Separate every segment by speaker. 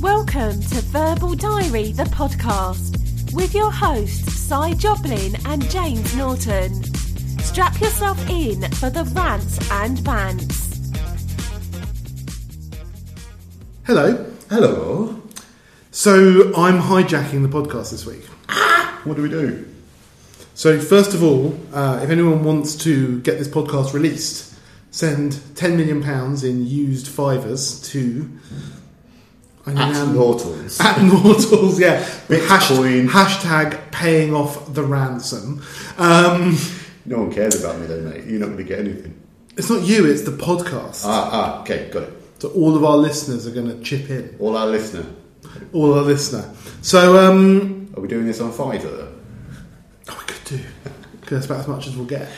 Speaker 1: Welcome to Verbal Diary, the podcast, with your hosts, Cy Joplin and James Norton. Strap yourself in for the rants and bants.
Speaker 2: Hello. Hello. So I'm hijacking the podcast this week.
Speaker 3: What do we do?
Speaker 2: So first of all, uh, if anyone wants to get this podcast released, send ten million pounds in used fivers to I
Speaker 3: At
Speaker 2: am-
Speaker 3: Nortons.
Speaker 2: At Nortals, yeah. Hashtag,
Speaker 3: Bitcoin.
Speaker 2: hashtag paying off the ransom. Um,
Speaker 3: No one cares about me though, mate. You're not going to get anything.
Speaker 2: it's not you; it's the podcast.
Speaker 3: Ah, ah, okay, got it.
Speaker 2: so all of our listeners are going to chip in.
Speaker 3: All our listener.
Speaker 2: All our listener. So um,
Speaker 3: Are we doing this on Fiverr though?
Speaker 2: Oh, I could do. 'Cause that's about as much as we'll get.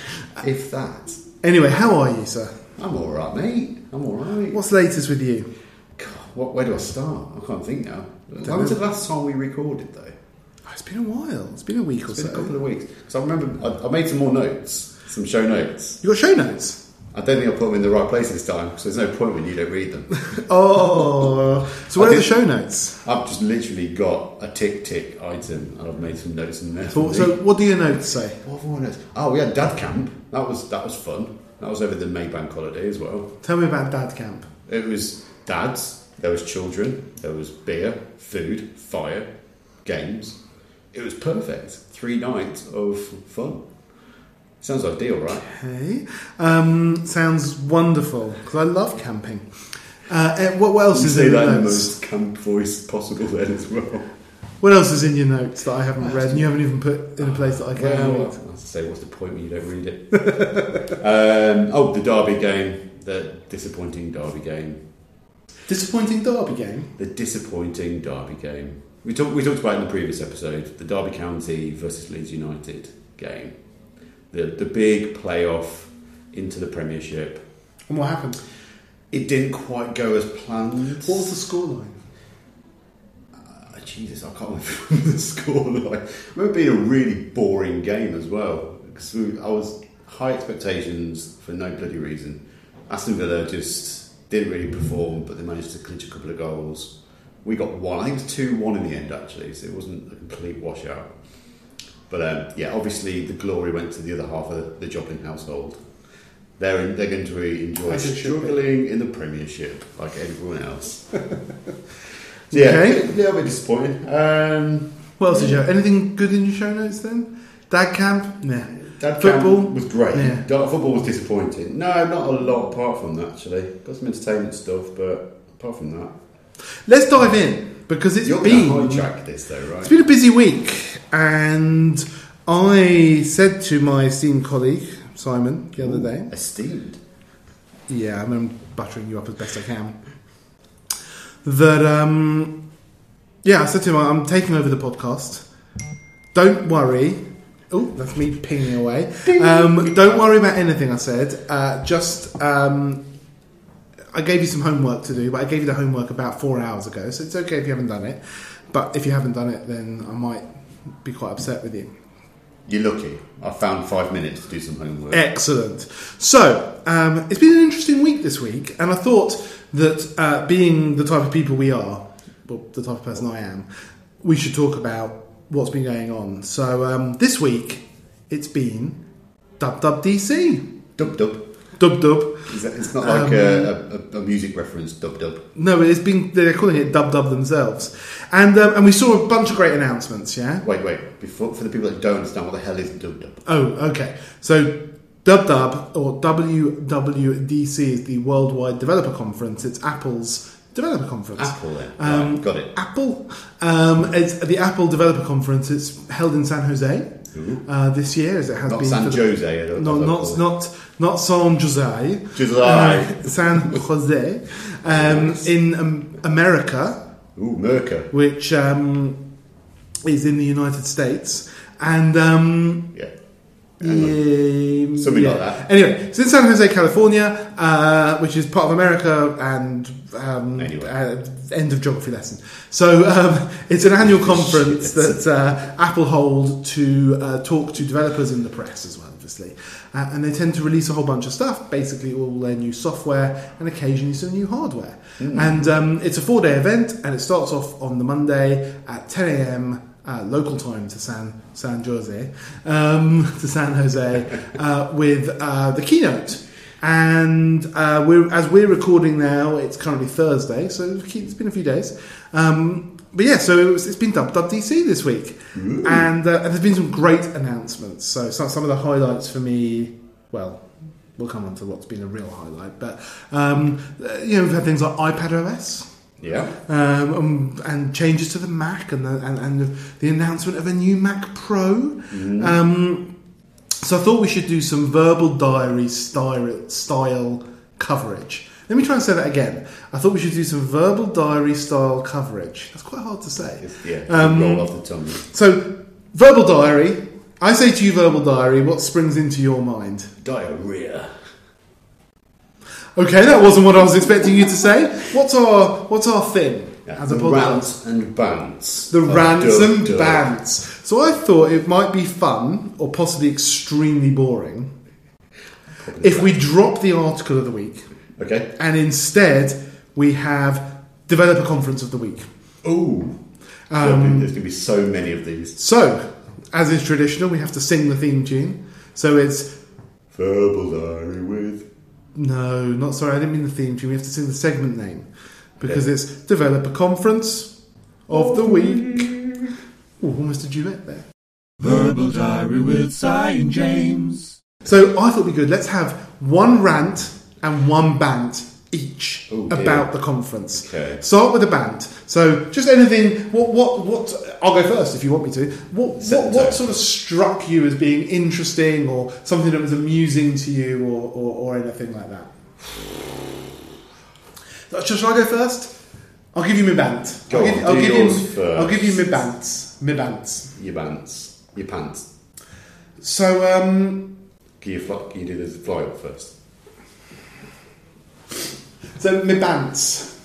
Speaker 3: If that.
Speaker 2: Anyway, how are you, sir?
Speaker 3: I'm alright, mate. I'm alright.
Speaker 2: What's the latest with you?
Speaker 3: God, What, where do I start? I can't think now.
Speaker 2: know.
Speaker 3: When was the last time we recorded though?
Speaker 2: Oh, it's been a while. It's been a week or
Speaker 3: It's been a couple
Speaker 2: so.
Speaker 3: of weeks. Because I remember I, I made some more notes, some show notes.
Speaker 2: You got show notes.
Speaker 3: I don't think I put them in the right place this time, so there's no point when you don't read them.
Speaker 2: Oh, so where
Speaker 3: I
Speaker 2: are the
Speaker 3: did-
Speaker 2: show notes?
Speaker 3: I've just literally got a tick tick item and I've made some notes in there.
Speaker 2: So, so what do your notes say?
Speaker 3: What have I noticed? Oh, we had dad camp. That was that was fun. That was over the May Bank holiday as well.
Speaker 2: Tell me about Dad Camp.
Speaker 3: It was dads. There was children. There was beer, food, fire, games. It was perfect. Three nights of fun. Sounds ideal, right?
Speaker 2: Okay, um, sounds wonderful because I love camping. Uh, eh, what, what else
Speaker 3: You
Speaker 2: is
Speaker 3: say
Speaker 2: in your
Speaker 3: that in the
Speaker 2: notes?
Speaker 3: most camp voice possible then as well.
Speaker 2: What else is in your notes that I haven't read and you haven't even put in a place that I can
Speaker 3: Well,
Speaker 2: read?
Speaker 3: I say, what's the point when you don't read it? um, oh, the Derby game. The disappointing Derby game.
Speaker 2: Disappointing Derby game.
Speaker 3: the disappointing Derby game. We talked we talked about it in the previous episode the Derby County versus Leeds United game, the the big playoff into the Premiership.
Speaker 2: And what happened?
Speaker 3: It didn't quite go as planned.
Speaker 2: What was the scoreline?
Speaker 3: Ah, Jesus, I can't remember the scoreline. I remember it being a really boring game as well because I was high expectations for no bloody reason. Aston Villa just didn't really perform, but they managed to clinch a couple of goals. We got one. I think it was two one in the end actually, so it wasn't a complete washout. But um, yeah, obviously the glory went to the other half of the Joplin household. They're in, they're going to enjoy
Speaker 2: As it should be.
Speaker 3: struggling in the Premiership like everyone else. So,
Speaker 2: Okay.
Speaker 3: Yeah, a little bit disappointing. Um,
Speaker 2: What else did you have? Anything good in your show notes then? Dad camp? Nah.
Speaker 3: that
Speaker 2: Football?
Speaker 3: football was great.
Speaker 2: Yeah.
Speaker 3: Dark football was disappointing. No, not a lot apart from that. Actually, got some entertainment stuff, but apart from that,
Speaker 2: Let's dive in because it's
Speaker 3: you're
Speaker 2: been
Speaker 3: going to hijack this though,
Speaker 2: it's
Speaker 3: right?
Speaker 2: been a busy week, and I said to my esteemed colleague Simon the other day.
Speaker 3: Esteemed.
Speaker 2: Yeah, I mean, I'm buttering you up as best I can. That um, yeah, I said to him, I'm taking over the podcast. Don't worry. Oh, that's me pinging away. Um, don't worry about anything. I said. Uh, just um, I gave you some homework to do, but I gave you the homework about four hours ago, so it's okay if you haven't done it. But if you haven't done it, then I might be quite upset with you.
Speaker 3: You're lucky. I found five minutes to do some homework.
Speaker 2: Eh. Excellent. So, um, it's been an interesting week this week, and I thought that uh, being the type of people we are, well, the type of person I am, we should talk about what's been going on. So, um, this week, it's been Dub Dub DC.
Speaker 3: Dub dub.
Speaker 2: Dub Dub.
Speaker 3: Is that- It's not like
Speaker 2: Um,
Speaker 3: a, a, a music reference. Dub dub.
Speaker 2: No, it's been, they're calling it Dub Dub themselves. And, um, and we saw a bunch of great announcements, yeah?
Speaker 3: Wait, wait. Before for the people that don't understand what the hell is dub dub.
Speaker 2: Oh, okay. So Dub Dub or WWDC is the Worldwide Developer Conference. It's Apple's developer conference.
Speaker 3: Apple then.
Speaker 2: Um,
Speaker 3: Right, got it.
Speaker 2: Apple. Um, it's the Apple Developer Conference. It's held in San Jose
Speaker 3: Ooh.
Speaker 2: uh, this year, as it has
Speaker 3: Not
Speaker 2: been.
Speaker 3: San
Speaker 2: for the-
Speaker 3: Jose. I don't-
Speaker 2: No,
Speaker 3: I don't
Speaker 2: not
Speaker 3: call it.
Speaker 2: not not San Jose.
Speaker 3: Jose.
Speaker 2: Uh, San Jose um, in um, America
Speaker 3: Ooh, Merca.
Speaker 2: which um, is in the United States. And um,
Speaker 3: Yeah.
Speaker 2: um,
Speaker 3: Something
Speaker 2: yeah.
Speaker 3: like that.
Speaker 2: Anyway, it's in San Jose, California, uh, which is part of America and um,
Speaker 3: Anyway.
Speaker 2: uh, end of geography lesson. So um, it's an annual conference that uh, Apple hold to uh, talk to developers in the press as well. obviously. Uh, and they tend to release a whole bunch of stuff, basically all their new software and occasionally some new hardware. And um, it's a four day event, and it starts off on the Monday at 10 a.m. Uh, local time to San San Jose, um, to San Jose, uh, with uh, the keynote. And uh, we're, as we're recording now, it's currently Thursday, so it's been a few days. Um, but yeah, so it was, it's been Dub Dub DC this week, and, uh, and there's been some great announcements. So some, some of the highlights for me, well, we'll come on to what's been a real highlight. But um, uh, you know, we've had things like iPad OS.
Speaker 3: Yeah.
Speaker 2: Um, um, and changes to the Mac and the, and, and the, the announcement of a new Mac Pro.
Speaker 3: Mm-hmm.
Speaker 2: Um, so I thought we should do some verbal diary style, style coverage. Let me try and say that again. I thought we should do some verbal diary style coverage. That's quite hard to say.
Speaker 3: It's- Yeah.
Speaker 2: Um,
Speaker 3: roll off the tongue.
Speaker 2: So, verbal diary. I say to you, verbal diary, what springs into your mind?
Speaker 3: Diarrhea.
Speaker 2: Okay, that wasn't what I was expecting you to say. What's our what's our thing
Speaker 3: Yeah,
Speaker 2: as a
Speaker 3: the
Speaker 2: podcast?
Speaker 3: rants and bants. Oh,
Speaker 2: The
Speaker 3: of
Speaker 2: rants
Speaker 3: Dub
Speaker 2: and
Speaker 3: Dub.
Speaker 2: bants. So I thought it might be fun or possibly extremely boring if we drop the article of the week
Speaker 3: Okay.
Speaker 2: and instead we have developer conference of the week.
Speaker 3: Ooh. Um, There's going to be so many of these.
Speaker 2: So, as is traditional, we have to sing the theme tune. So it's
Speaker 3: Verbal diary with.
Speaker 2: no, not sorry, I didn't mean the theme tune. We have to sing the segment name because it's developer conference of the week. Ooh, almost a duet there.
Speaker 4: Verbal Diary with Cy and James.
Speaker 2: So I thought it'd be good. Let's have one rant and one bant each
Speaker 3: Oh, dear.
Speaker 2: about the conference.
Speaker 3: Okay.
Speaker 2: Start with a bant. So just anything. What? What? What? I'll go first if you want me to. What?
Speaker 3: Set
Speaker 2: What,
Speaker 3: the
Speaker 2: what
Speaker 3: tone.
Speaker 2: sort of struck you as being interesting, or something that was amusing to you, or or, or anything like that? So, Shall, shall I go first? I'll give you my bant.
Speaker 3: Go
Speaker 2: I'll
Speaker 3: on,
Speaker 2: give, I'll
Speaker 3: do
Speaker 2: give
Speaker 3: yours
Speaker 2: you.
Speaker 3: first.
Speaker 2: I'll give you my bants. My bants.
Speaker 3: Your bants. Your pants.
Speaker 2: So um,
Speaker 3: Can you, fly, can you do this fly up first?
Speaker 2: so my bants.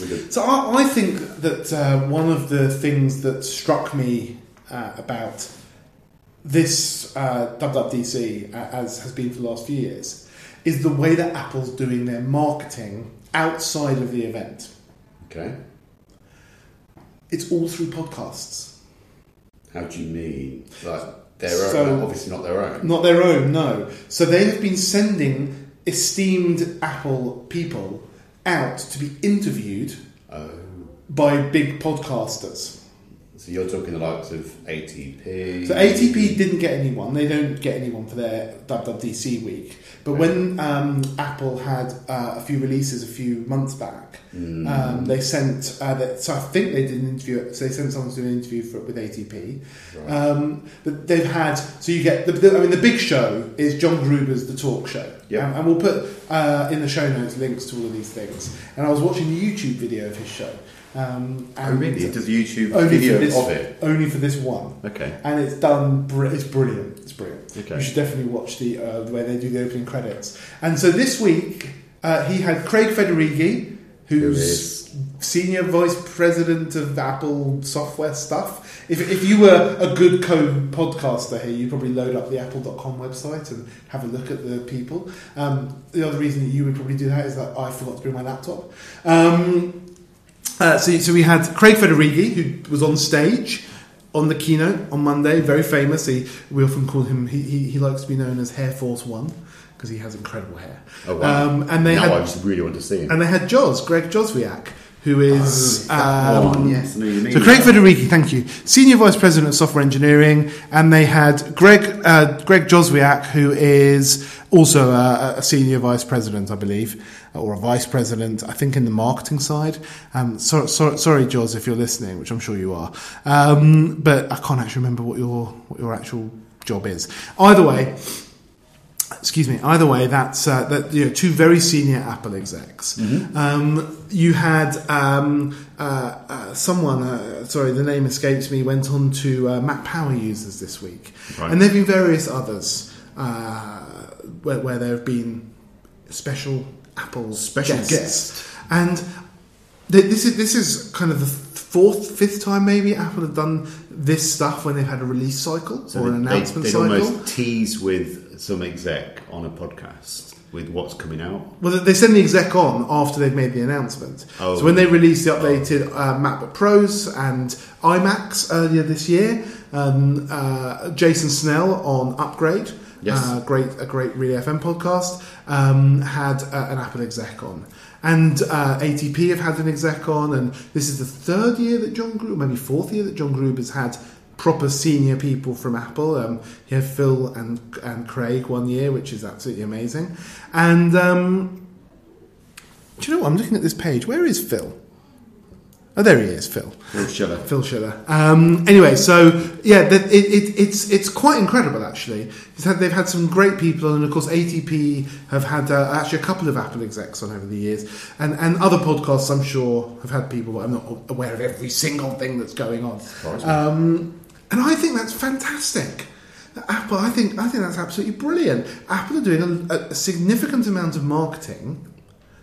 Speaker 3: With the,
Speaker 2: So I, I think that uh, one of the things that struck me uh, about this uh, WWDC, uh, as has been for the last few years, is the way that Apple's doing their marketing outside of the event.
Speaker 3: okay.
Speaker 2: It's all through podcasts.
Speaker 3: How do you mean? Like their own?
Speaker 2: So-
Speaker 3: like, obviously not their own.
Speaker 2: Not their own, no. So they have been sending esteemed Apple people out to be interviewed
Speaker 3: Oh.
Speaker 2: by big podcasters.
Speaker 3: So you're talking the likes of ATP.
Speaker 2: So ATP didn't get anyone. They don't get anyone for their WWDC week. But when um, Apple had uh, a few releases a few months back,
Speaker 3: Hmm.
Speaker 2: um, they sent. Uh, that, so I think they did an interview. So they sent someone to do an interview for, with ATP. Um, but they've had. So you get. The, the, I mean, the big show is John Gruber's The Talk Show.
Speaker 3: Yeah.
Speaker 2: And, and we'll put uh, in the show notes links to all of these things. And I was watching the YouTube video of his show. Um,
Speaker 3: Oh,
Speaker 2: and
Speaker 3: really? Does YouTube
Speaker 2: Only
Speaker 3: video
Speaker 2: for this.
Speaker 3: of it?
Speaker 2: Only for this one
Speaker 3: Okay.
Speaker 2: and it's done. Br- it's brilliant. It's brilliant.
Speaker 3: Okay.
Speaker 2: You should definitely watch the uh, the way they do the opening credits. And so this week uh, he had Craig Federighi, who's senior vice president of Apple software stuff. If, if you were a good co-podcaster here, you probably load up the Apple.com website and have a look at the people. Um, the other reason that you would probably do that is that I forgot to bring my laptop. Um, uh, so, so we had Craig Federighi, who was on stage on the keynote on Monday, very famous. He, we often call him, he, he, he likes to be known as Hair Force One because he has incredible hair.
Speaker 3: Oh wow!
Speaker 2: Um, and they
Speaker 3: now
Speaker 2: had
Speaker 3: I just really want to see him.
Speaker 2: and they had Jos, Greg Joswiak, who is
Speaker 3: Oh, that
Speaker 2: um,
Speaker 3: one, yes, I know you mean
Speaker 2: so Craig
Speaker 3: that.
Speaker 2: Federighi, thank you, senior vice president of software engineering, and they had Greg uh, Greg Joswiak, who is also a, a senior vice president, I believe, or a vice president, I think, in the marketing side. Um, so, so, sorry, Jos, if you're listening, which I'm sure you are, um, but I can't actually remember what your what your actual job is. Either way excuse me. Either way, that's uh, that you know two very senior Apple execs.
Speaker 3: Mm-hmm.
Speaker 2: Um, you had um, uh, uh, someone, uh, sorry, the name escapes me, went on to uh, Mac Power users this week,
Speaker 3: Right.
Speaker 2: and there've been various others uh, where, where there have been special Apple
Speaker 3: Special
Speaker 2: guests.
Speaker 3: guest.
Speaker 2: and th- this is this is kind of the th- fourth, fifth time maybe Apple have done this stuff when they've had a release cycle
Speaker 3: So
Speaker 2: or an
Speaker 3: they-
Speaker 2: announcement
Speaker 3: they, they'd
Speaker 2: cycle.
Speaker 3: almost tease with some exec on a podcast with what's coming out.
Speaker 2: Well, they send the exec on after they've made the announcement.
Speaker 3: Oh.
Speaker 2: So when they released the updated uh, MacBook Pros and iMacs earlier this year, um, uh, Jason Snell on Upgrade,
Speaker 3: Yes.
Speaker 2: uh, great a great Relay FM podcast, um, had uh, an Apple exec on. And uh, ATP have had an exec on, and this is the third year that John Grube, maybe fourth year that John Grube has had proper senior people from Apple. Um, he had Phil and and Craig one year, which is absolutely amazing. And um, do you know what? I'm looking at this page. Where is Phil? Oh, there he is, Phil.
Speaker 3: Well, shut up.
Speaker 2: Phil Schiller. Um, anyway, so yeah, that, it, it, it's it's quite incredible actually. It's had, they've had some great people, and of course ATP have had uh, actually a couple of Apple execs on over the years, and and other podcasts I'm sure have had people. But I'm not aware of every single thing that's going on.
Speaker 3: Surprising.
Speaker 2: Um, and I think that's fantastic. Apple, I think I think that's absolutely brilliant. Apple are doing a, a significant amount of marketing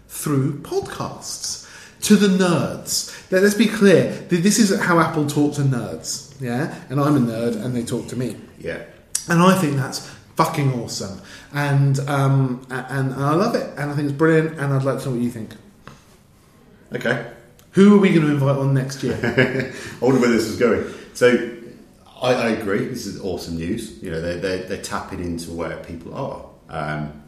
Speaker 2: through podcasts to the nerds. Let- Let's be clear. th- This is how Apple talk to nerds. Yeah, and I'm a nerd, and they talk to me,
Speaker 3: Yeah.
Speaker 2: and I think that's fucking awesome. And um, a- and, and I love it, and I think it's brilliant. And I'd like to know what you think.
Speaker 3: Okay.
Speaker 2: Who are we going to invite on next year?
Speaker 3: I wonder where this is going. So, I, I agree. This is awesome news. You know, they're, they're, they're tapping into where people are. Um,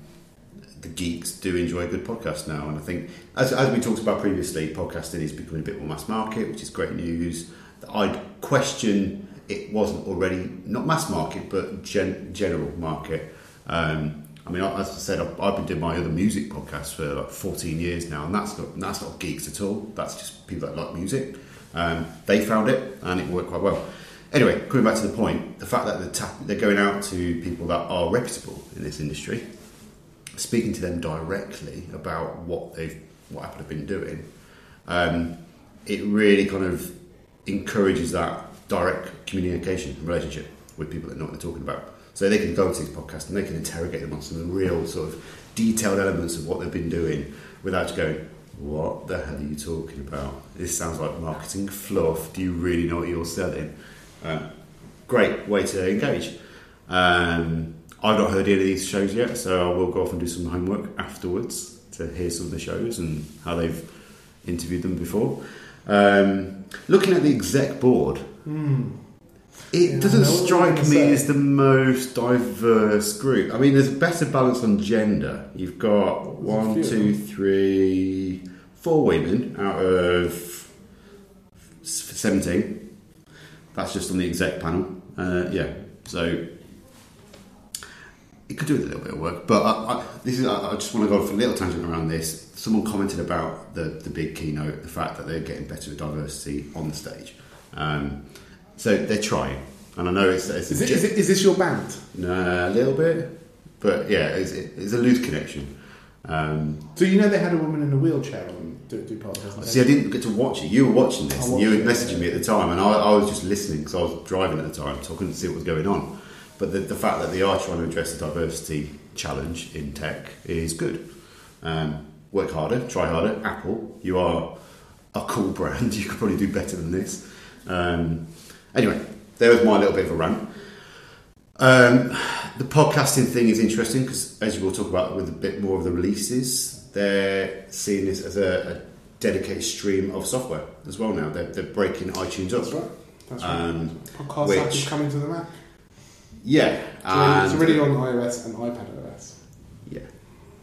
Speaker 3: the geeks do enjoy a good podcast now, and I think, as, as we talked about previously, podcasting is becoming a bit more mass market, which is great news. I'd question it wasn't already not mass market, but gen, general market. Um, I mean, I- as I said, I've, I've been doing my other music podcast for like 14 years now, and that's not that's not geeks at all. That's just people that like music. Um, they found it, and it worked quite well. Anyway, coming back to the point, the fact that they're, tap- they're going out to people that are reputable in this industry speaking to them directly about what they've what Apple have been doing, um, it really kind of encourages that direct communication and relationship with people that know what they're talking about. So they can go to these podcasts and they can interrogate them on some real sort of detailed elements of what they've been doing without just going, What the hell are you talking about? This sounds like marketing fluff. Do you really know what you're selling? Um, great way to engage. Um, I've not heard any of these shows yet, so I will go off and do some homework afterwards to hear some of the shows and how they've interviewed them before. Um, looking at the exec board, it
Speaker 2: Hmm. Yeah, I
Speaker 3: doesn't
Speaker 2: know what you're
Speaker 3: strike
Speaker 2: gonna
Speaker 3: me
Speaker 2: say.
Speaker 3: as the most diverse group. I mean, there's a better balance on gender. You've got one,
Speaker 2: few of
Speaker 3: two, three, four women out of s- 17. That's just on the exec panel. Uh, yeah, so it could do with a little bit of work. But I, I, this is, I, I just want to go for a little tangent around this. Someone commented about the, the big keynote, the fact that they're getting better with diversity on the stage. Um, so they're trying. And I know it's, it's
Speaker 2: Is,
Speaker 3: a
Speaker 2: it,
Speaker 3: gen-
Speaker 2: is, it, is this your band?
Speaker 3: Nah, a little bit. But yeah, it's, it's a loose connection. Um,
Speaker 2: So you know they had a woman in a wheelchair on do, do podcast.
Speaker 3: See, I didn't get to watch it. You were watching
Speaker 2: I
Speaker 3: this, and
Speaker 2: watched
Speaker 3: you were
Speaker 2: it,
Speaker 3: messaging me at the time, and I, I was just listening because I was driving at the time, so I couldn't see what was going on. But the, the fact that they are trying to address the diversity challenge in tech is good. Um, work harder, try harder. Apple, you are a cool brand. You could probably do better than this. Um, anyway, there was my little bit of a rant. Um, the podcasting thing is interesting because, as we'll talk about with a bit more of the releases, they're seeing this as a, a dedicated stream of software as well now. They're, they're breaking iTunes up.
Speaker 2: That's right. That's right.
Speaker 3: Um,
Speaker 2: podcast
Speaker 3: which-
Speaker 2: app is coming to the Mac.
Speaker 3: yeah.
Speaker 2: So it's
Speaker 3: and-
Speaker 2: already on iOS and iPad OS.
Speaker 3: Yeah.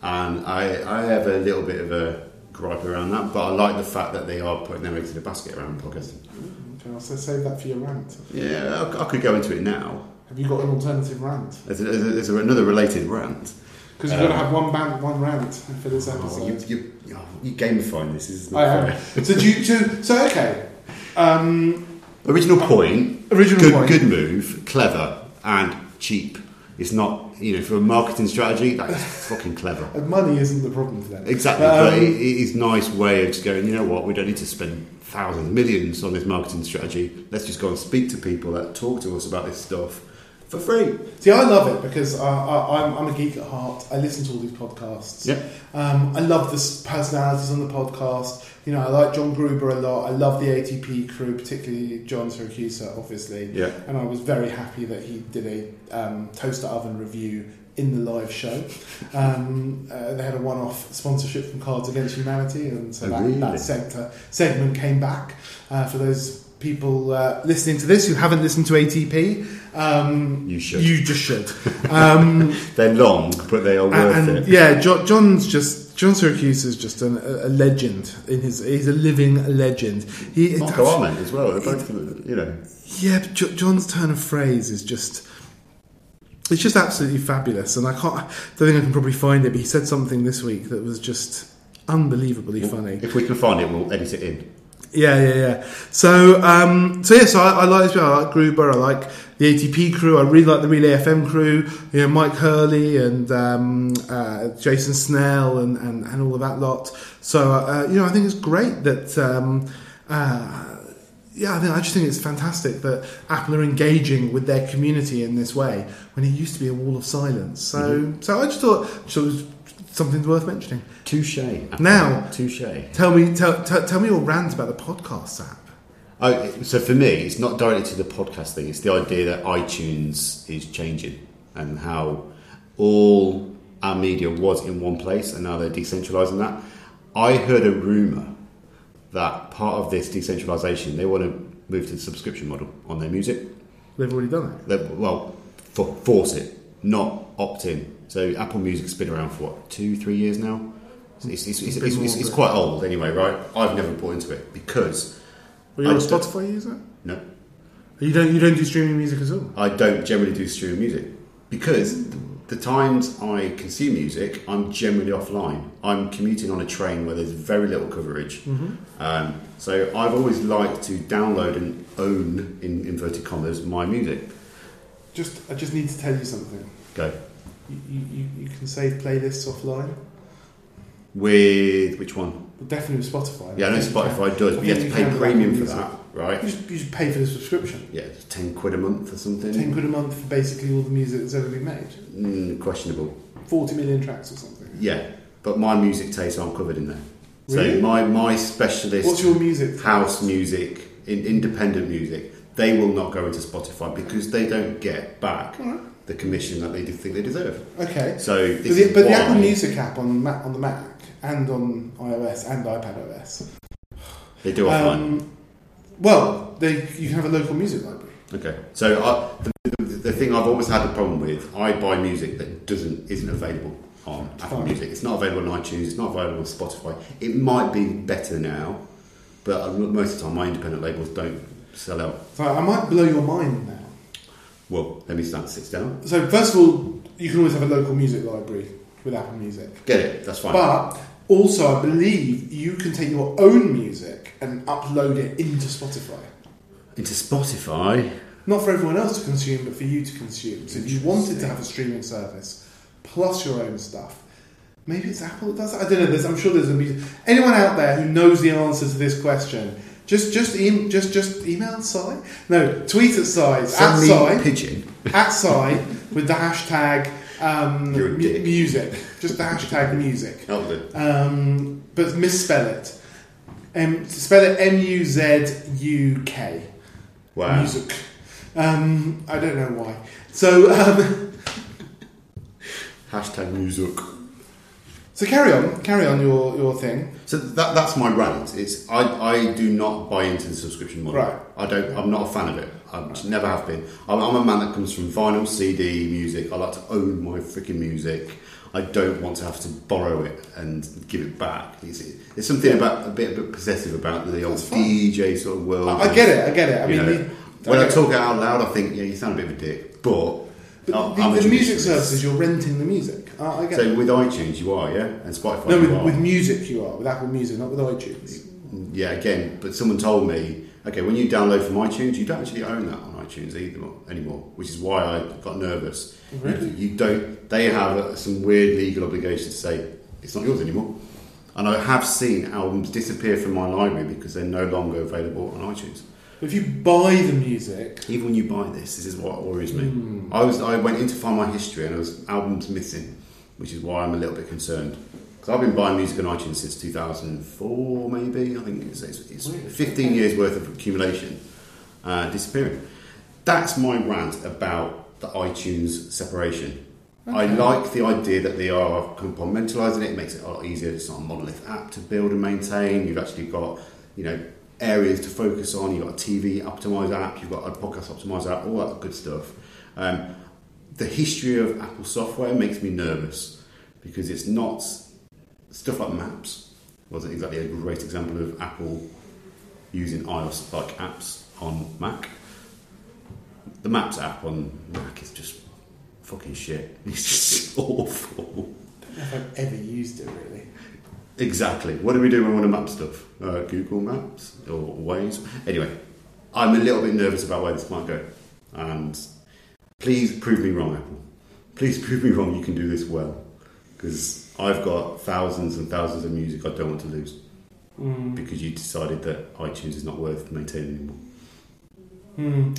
Speaker 3: And I, I have a little bit of a gripe around that, but I like the fact that they are putting their eggs in a basket around podcasting.
Speaker 2: Mm-hmm. Okay, I'll say- save that for your rant.
Speaker 3: Yeah, I, I could go into it now.
Speaker 2: Have you got an alternative rant?
Speaker 3: There's, a, there's a- another related rant.
Speaker 2: Because you've got to
Speaker 3: Um,
Speaker 2: have one band, one rant for this
Speaker 3: Oh, you,
Speaker 2: episode.
Speaker 3: you, oh, you gamifying this. this is not
Speaker 2: I
Speaker 3: fair.
Speaker 2: am. so, do you, so, so okay. Um,
Speaker 3: Original point.
Speaker 2: Original
Speaker 3: good,
Speaker 2: point.
Speaker 3: Good move. Clever and cheap. It's not, you know, for a marketing strategy, that is fucking clever.
Speaker 2: money isn't the problem for them.
Speaker 3: Exactly.
Speaker 2: Um,
Speaker 3: but it, it is nice way of just going, you know what, we don't need to spend thousands, millions on this marketing strategy. Let's just go and speak to people that talk to us about this stuff for free.
Speaker 2: See, I love it because I, I, I'm, I'm a geek at heart. I listen to all these podcasts.
Speaker 3: Yeah.
Speaker 2: Um, I love the s- personalities on the podcast. you know, I like John Gruber a lot. I love the ATP crew, particularly John Syracuse, obviously.
Speaker 3: Yeah.
Speaker 2: And I was very happy that he did a um, toaster oven review in the live show. Um, uh, they had a one-off sponsorship from Cards Against Humanity, and so
Speaker 3: Oh,
Speaker 2: that,
Speaker 3: really?
Speaker 2: that sector, segment came back. Uh, for those people uh, listening to this who haven't listened to ATP, um,
Speaker 3: You should.
Speaker 2: You just should. Um,
Speaker 3: They're long, but they are worth
Speaker 2: and,
Speaker 3: it.
Speaker 2: and, yeah, Jo- John's just John Syracuse is just an, a, a legend in his. He's a living legend. He
Speaker 3: Marco Arment as well. They're both, you know,
Speaker 2: yeah, but jo- John's turn of phrase is just. It's just absolutely fabulous, and I can't. I don't think I can probably find it, but he said something this week that was just unbelievably funny.
Speaker 3: if we can find it, we'll edit it in.
Speaker 2: Yeah, yeah, yeah. So, um, so yeah, so I, I like this show. I like Gruber. I like the ATP crew. I really like the Relay FM crew. You know, Mike Hurley and um, uh, Jason Snell and, and, and all of that lot. So, uh, you know, I think it's great that. Um, uh, yeah, I, think, I just think it's fantastic that Apple are engaging with their community in this way when it used to be a wall of silence. So, so I just thought so it was something worth mentioning.
Speaker 3: Touche.
Speaker 2: Now-
Speaker 3: Touche.
Speaker 2: Tell me, tell, tell, tell me your rant about the podcast app.
Speaker 3: Oh, so for me, it's not directly to the podcast thing. It's the idea that iTunes is changing and how all our media was in one place and now they're decentralizing that. I heard a rumor that part of this decentralization, they want to move to the subscription model on their music.
Speaker 2: They've already done it.
Speaker 3: They, well, for, force it, not opt in. So Apple Music's been around for what two, three years now. So It's, it's, it's,
Speaker 2: Bit
Speaker 3: it's,
Speaker 2: more
Speaker 3: it's,
Speaker 2: of
Speaker 3: it's
Speaker 2: it.
Speaker 3: quite old anyway, right? I've never bought into it because
Speaker 2: Well, you're a
Speaker 3: I don't-
Speaker 2: Oh, Spotify user.
Speaker 3: no,
Speaker 2: You don't you don't do streaming music at all.
Speaker 3: I don't generally do streaming music because the times I consume music, I'm generally offline. I'm commuting on a train where there's very little coverage.
Speaker 2: Mm-hmm.
Speaker 3: Um, so I've always liked to download and own, in inverted commas, my music.
Speaker 2: Just I just need to tell you something.
Speaker 3: Go
Speaker 2: You, you, you- you can save playlists offline.
Speaker 3: with which one?
Speaker 2: Well, definitely with Spotify.
Speaker 3: Yeah, I know
Speaker 2: think you
Speaker 3: Spotify does, but you have to
Speaker 2: think
Speaker 3: pay
Speaker 2: can with
Speaker 3: premium for
Speaker 2: music.
Speaker 3: that,
Speaker 2: You
Speaker 3: right?
Speaker 2: just, you just pay for the subscription.
Speaker 3: Yeah, it's ten quid a month or something.
Speaker 2: Ten quid a month for basically all the music that's ever been made.
Speaker 3: Mm, questionable.
Speaker 2: Forty million tracks or something.
Speaker 3: Yeah, but my music taste aren't covered in there.
Speaker 2: Really?
Speaker 3: So my my specialist.
Speaker 2: What's your music?
Speaker 3: house music, in, independent music, they will not go into Spotify because they don't get back the commission that they do think they deserve.
Speaker 2: Okay.
Speaker 3: So,
Speaker 2: But
Speaker 3: this
Speaker 2: the,
Speaker 3: is
Speaker 2: but the
Speaker 3: why-
Speaker 2: Apple Music app on Mac, on the Mac and on iOS and iPad OS.
Speaker 3: they do
Speaker 2: um,
Speaker 3: offline.
Speaker 2: well, they, you can have a local music library.
Speaker 3: okay, so I, the, the, the thing I've always had a problem with, I buy music that doesn't isn't available on Apple
Speaker 2: Fine.
Speaker 3: Music. It's not available on iTunes. It's not available on Spotify. It might be better now, but uh, most of the time, my independent labels don't sell out.
Speaker 2: So I might blow your mind now.
Speaker 3: Well, let me stand sits down.
Speaker 2: So first of all, you can always have a local music library with Apple Music.
Speaker 3: Get it? That's fine.
Speaker 2: But also, I believe you can take your own music and upload it into Spotify.
Speaker 3: into Spotify.
Speaker 2: Not for everyone else to consume, but for you to consume. So if you wanted to have a streaming service plus your own stuff, maybe it's Apple that does that. I don't know. There's, I'm sure there's a music. Anyone out there who knows the answer to this question, just just em just just email Sai. No, tweet at Sai. At
Speaker 3: Send me
Speaker 2: Sai.
Speaker 3: pigeon.
Speaker 2: at Psy with the hashtag um,
Speaker 3: You're a
Speaker 2: mu-
Speaker 3: dick.
Speaker 2: music. Just the hashtag music.
Speaker 3: That'll do.
Speaker 2: Um, but misspell it. Um, spell it M U Z U K.
Speaker 3: Wow.
Speaker 2: Music. Um, I don't know why. So, um,
Speaker 3: Hashtag music.
Speaker 2: so carry on, carry on your, your thing.
Speaker 3: So that, that's my rant. It's I, I do not buy into the subscription model.
Speaker 2: Right.
Speaker 3: I don't. I'm not a fan of it. I just never have been. I'm, I'm a man that comes from vinyl, CD, music. I like to own my freaking music. I don't want to have to borrow it and give it back. It's, it's something about a bit, a bit possessive about the old
Speaker 2: fine.
Speaker 3: DJ sort of world.
Speaker 2: I, I get it, I get it. I
Speaker 3: You
Speaker 2: mean,
Speaker 3: know,
Speaker 2: the,
Speaker 3: when I
Speaker 2: okay.
Speaker 3: talk it out loud, I think yeah, you sound a bit of a dick, but.
Speaker 2: But
Speaker 3: I'm
Speaker 2: the, the,
Speaker 3: a
Speaker 2: music
Speaker 3: traditionalist.
Speaker 2: services, you're renting the music. I I get it.
Speaker 3: So with iTunes, you are, yeah, and Spotify.
Speaker 2: No,
Speaker 3: you
Speaker 2: with,
Speaker 3: are. Mm,
Speaker 2: with music you are, with Apple Music, not with iTunes.
Speaker 3: Yeah, again, but someone told me, okay, when you download from iTunes, you don't actually own that on iTunes either anymore, which is why I got nervous.
Speaker 2: Really?
Speaker 3: You don't. They have uh, some weird legal obligation to say it's not yours anymore. And I have seen albums disappear from my library because they're no longer available on iTunes.
Speaker 2: If you buy the music,
Speaker 3: Even when you buy this, this is what worries me. I was I went in to find my history and there was albums missing, which is why I'm a little bit concerned. Because I've been buying music on iTunes since 2004, maybe. I think it's, it's, it's 15 years worth of accumulation uh, disappearing. That's my rant about the iTunes separation. I like the idea that they are compartmentalising it. It makes it a lot easier. It's not a monolith app to build and maintain. You've actually got, you know, areas to focus on. You've got a TV optimised app. You've got a podcast optimised app. All that good stuff. Um, the history of Apple software makes me nervous because it's not stuff like Maps wasn't exactly a great example of Apple using iOS like apps on Mac. The Maps app on Mac is just fucking shit. It's just awful.
Speaker 2: if I've ever used it really.
Speaker 3: Exactly. What do we do when we want to map stuff? Uh, Google Maps or Waze? Anyway, I'm a little bit nervous about where this might go. And please prove me wrong, Apple. Please prove me wrong you can do this well. Because I've got thousands and thousands of music I don't want to lose.
Speaker 2: Mm,
Speaker 3: Because you decided that iTunes is not worth maintaining anymore.
Speaker 2: Hmm.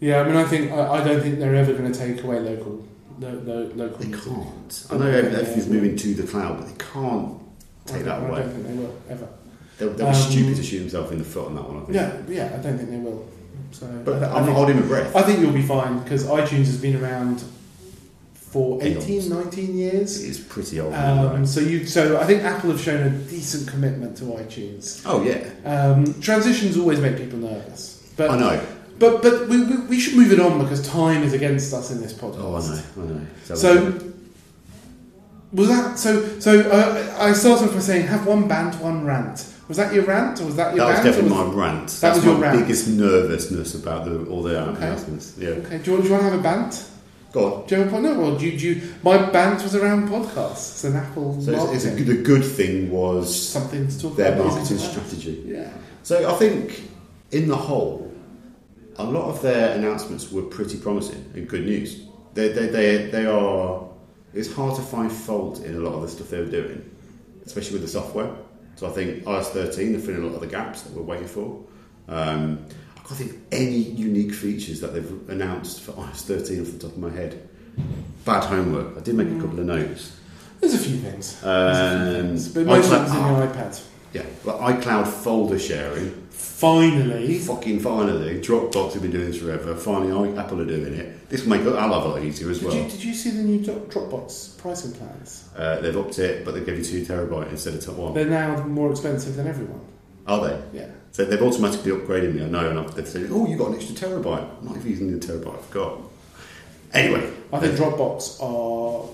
Speaker 2: Yeah, I mean, I think I, I don't think they're ever going to take away local, lo, lo, local.
Speaker 3: They
Speaker 2: music.
Speaker 3: can't. I know everything's moving to the cloud, but they can't take
Speaker 2: I don't-
Speaker 3: that
Speaker 2: I don't
Speaker 3: away.
Speaker 2: think they will ever.
Speaker 3: They, they were
Speaker 2: Um,
Speaker 3: stupid to shoot themselves in the foot on that one, I think.
Speaker 2: Yeah, yeah, I don't think they will. So,
Speaker 3: But
Speaker 2: I
Speaker 3: I'm not
Speaker 2: think-
Speaker 3: holding my breath.
Speaker 2: I think you'll be fine because iTunes has been around for
Speaker 3: Eons.
Speaker 2: 18, 19 years.
Speaker 3: It's pretty old.
Speaker 2: Um,
Speaker 3: right?
Speaker 2: so you, so I think Apple have shown a decent commitment to iTunes.
Speaker 3: Oh yeah,
Speaker 2: Um, transitions always make people nervous, but
Speaker 3: I know.
Speaker 2: but but we, we, we should move it on because time is against us in this podcast.
Speaker 3: Oh, I know. I know. So,
Speaker 2: So was that so? So uh, I started off by saying have one band, one rant. Was that your rant, or was that
Speaker 3: that
Speaker 2: your
Speaker 3: was
Speaker 2: rant?
Speaker 3: definitely
Speaker 2: or
Speaker 3: my rant.
Speaker 2: that
Speaker 3: That That's
Speaker 2: was
Speaker 3: my
Speaker 2: your rant.
Speaker 3: biggest nervousness about the, all the
Speaker 2: Okay.
Speaker 3: announcements. Yeah.
Speaker 2: Okay, do you, want, do you want to have a band?
Speaker 3: Go on.
Speaker 2: Do you have a pod- no? Well, do you, do you, my band was around podcasts. It's an Apple.
Speaker 3: So it's, it's a,
Speaker 2: marketing.
Speaker 3: good- the good thing was
Speaker 2: something to talk
Speaker 3: their
Speaker 2: about.
Speaker 3: marketing
Speaker 2: isn't it?
Speaker 3: strategy.
Speaker 2: Yeah.
Speaker 3: So I think, in the whole, a lot of their announcements were pretty promising and good news. They, they, they, they are. It's hard to find fault in a lot of the stuff they were doing, especially with the software. So I think iOS 13, they're filling a lot of the gaps that we're waiting for. Um, I can't think of any unique features that they've announced for iOS 13 off the top of my head. Bad homework. I did make a couple of notes.
Speaker 2: There's a few things. There's a few
Speaker 3: Um,
Speaker 2: things. But most of Mm.
Speaker 3: iCloud-
Speaker 2: it's in your iPad.
Speaker 3: yeah, but iCloud folder sharing.
Speaker 2: Finally,
Speaker 3: Fucking finally, Dropbox have been doing this forever. Finally, I- Apple are doing it. This will make our life a lot easier as
Speaker 2: did
Speaker 3: well.
Speaker 2: you, did you see the new Dro- Dropbox pricing plans?
Speaker 3: Uh, they've upped it, but they give you two terabyte instead of top one.
Speaker 2: They're now more expensive than everyone.
Speaker 3: Are they?
Speaker 2: Yeah.
Speaker 3: So they've automatically upgraded me. I know, and I've, they've said, "Oh, you got an extra terabyte." I'm not even using the terabyte. I forgot. Anyway,
Speaker 2: I think Dropbox are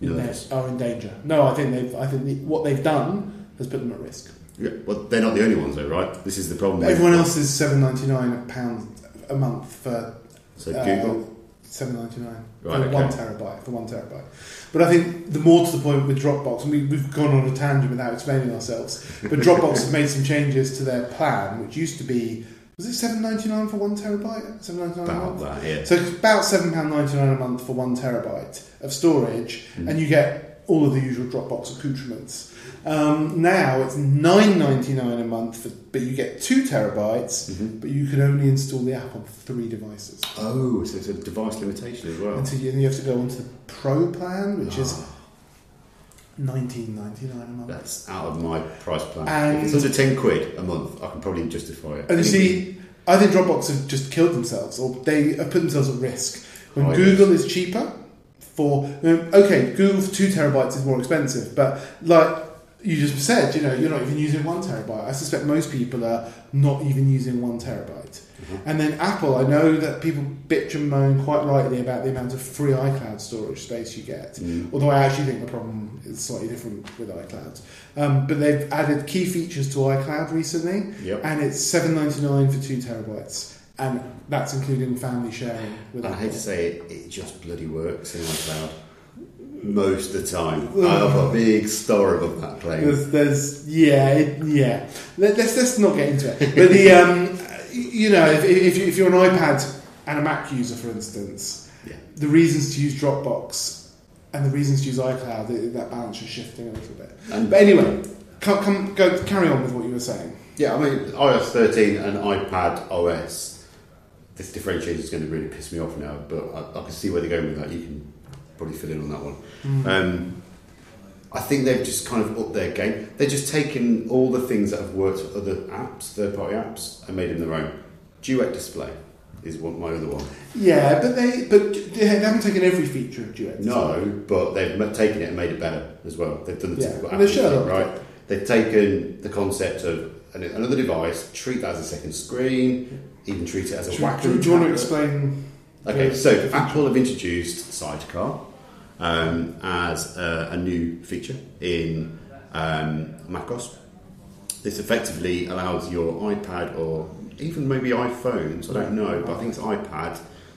Speaker 2: in,
Speaker 3: Yeah.
Speaker 2: there, are in danger. No, I think they've. I think the, what they've done has put them at risk.
Speaker 3: yeah, well, they're not the only ones, though, right? This is the problem.
Speaker 2: Everyone else is seven ninety nine pounds a month for uh,
Speaker 3: So Google.
Speaker 2: seven ninety nine
Speaker 3: Right,
Speaker 2: for
Speaker 3: okay.
Speaker 2: one terabyte for one terabyte. But I think the more to the point with Dropbox, and we, we've gone on a tangent without explaining ourselves. But Dropbox have made some changes to their plan, which used to be was it seven ninety nine for one terabyte? Seven ninety nine a
Speaker 3: About
Speaker 2: month.
Speaker 3: that, yeah.
Speaker 2: uh, So it's about seven pound ninety nine a month for one terabyte of storage, and you get all of the usual Dropbox accoutrements. Um, now it's nine ninety nine a month, for, but you get two terabytes, but you can only install the app on three devices.
Speaker 3: oh, so it's a device limitation as well.
Speaker 2: And so you, and you have to go onto the Pro plan, which is nineteen ninety nine a month.
Speaker 3: That's out of my price plan.
Speaker 2: And-
Speaker 3: if it's under ten quid a month, I can probably justify it.
Speaker 2: And you see, I think Dropbox have just killed themselves, or they have put themselves at risk. When
Speaker 3: Oh, yes.
Speaker 2: Google is cheaper for okay, Google for two terabytes is more expensive, but like you just said, you know, you're not even using one terabyte. I suspect most people are not even using one terabyte.
Speaker 3: Mm-hmm.
Speaker 2: And then Apple, I know that people bitch and moan quite rightly about the amount of free iCloud storage space you get.
Speaker 3: Mm.
Speaker 2: Although I actually think the problem is slightly different with iCloud. Um, but they've added key features to iCloud recently,
Speaker 3: Yep.
Speaker 2: and it's seven ninety nine for two terabytes, and that's including family sharing. With
Speaker 3: I
Speaker 2: Apple.
Speaker 3: hate to say it, it just bloody works in iCloud most of the time. I have a big store of that claim.
Speaker 2: There's, there's yeah, it, yeah. Let, let's let's not get into it. But the um, you know, if, if, you- if you're an iPad and a Mac user, for instance,
Speaker 3: Yeah.
Speaker 2: the reasons to use Dropbox and the reasons to use iCloud, it, that balance is shifting a little bit.
Speaker 3: And-
Speaker 2: but anyway, come, come go carry on with what you were saying.
Speaker 3: Yeah, I mean, iOS 13 and iPad OS. This differentiation is going to really piss me off now, but I, I can see where they're going with that. You can probably fill in on that one. Um, I think they've just kind of upped their game. They're just taking all the things that have worked for other apps, third party apps, and made them their own. Duet display is what my other one.
Speaker 5: Yeah, but they but they haven't taken every feature of Duet.
Speaker 3: No, but they've ma- taken it and made it better as well. They've done the
Speaker 5: Yeah,
Speaker 3: typical
Speaker 5: and they
Speaker 3: Apple
Speaker 5: showed
Speaker 3: thing,
Speaker 5: up.
Speaker 3: right? They've taken the concept of an, another device, treat that as a second screen, even treat it as a
Speaker 5: Do,
Speaker 3: whacker.
Speaker 5: do, do you want to
Speaker 3: tablet.
Speaker 5: explain?
Speaker 3: Okay, so Apple have introduced Sidecar um, as a, a new feature in um, macOS. This effectively allows your iPad or even maybe iPhones, I don't know, but I think it's iPad,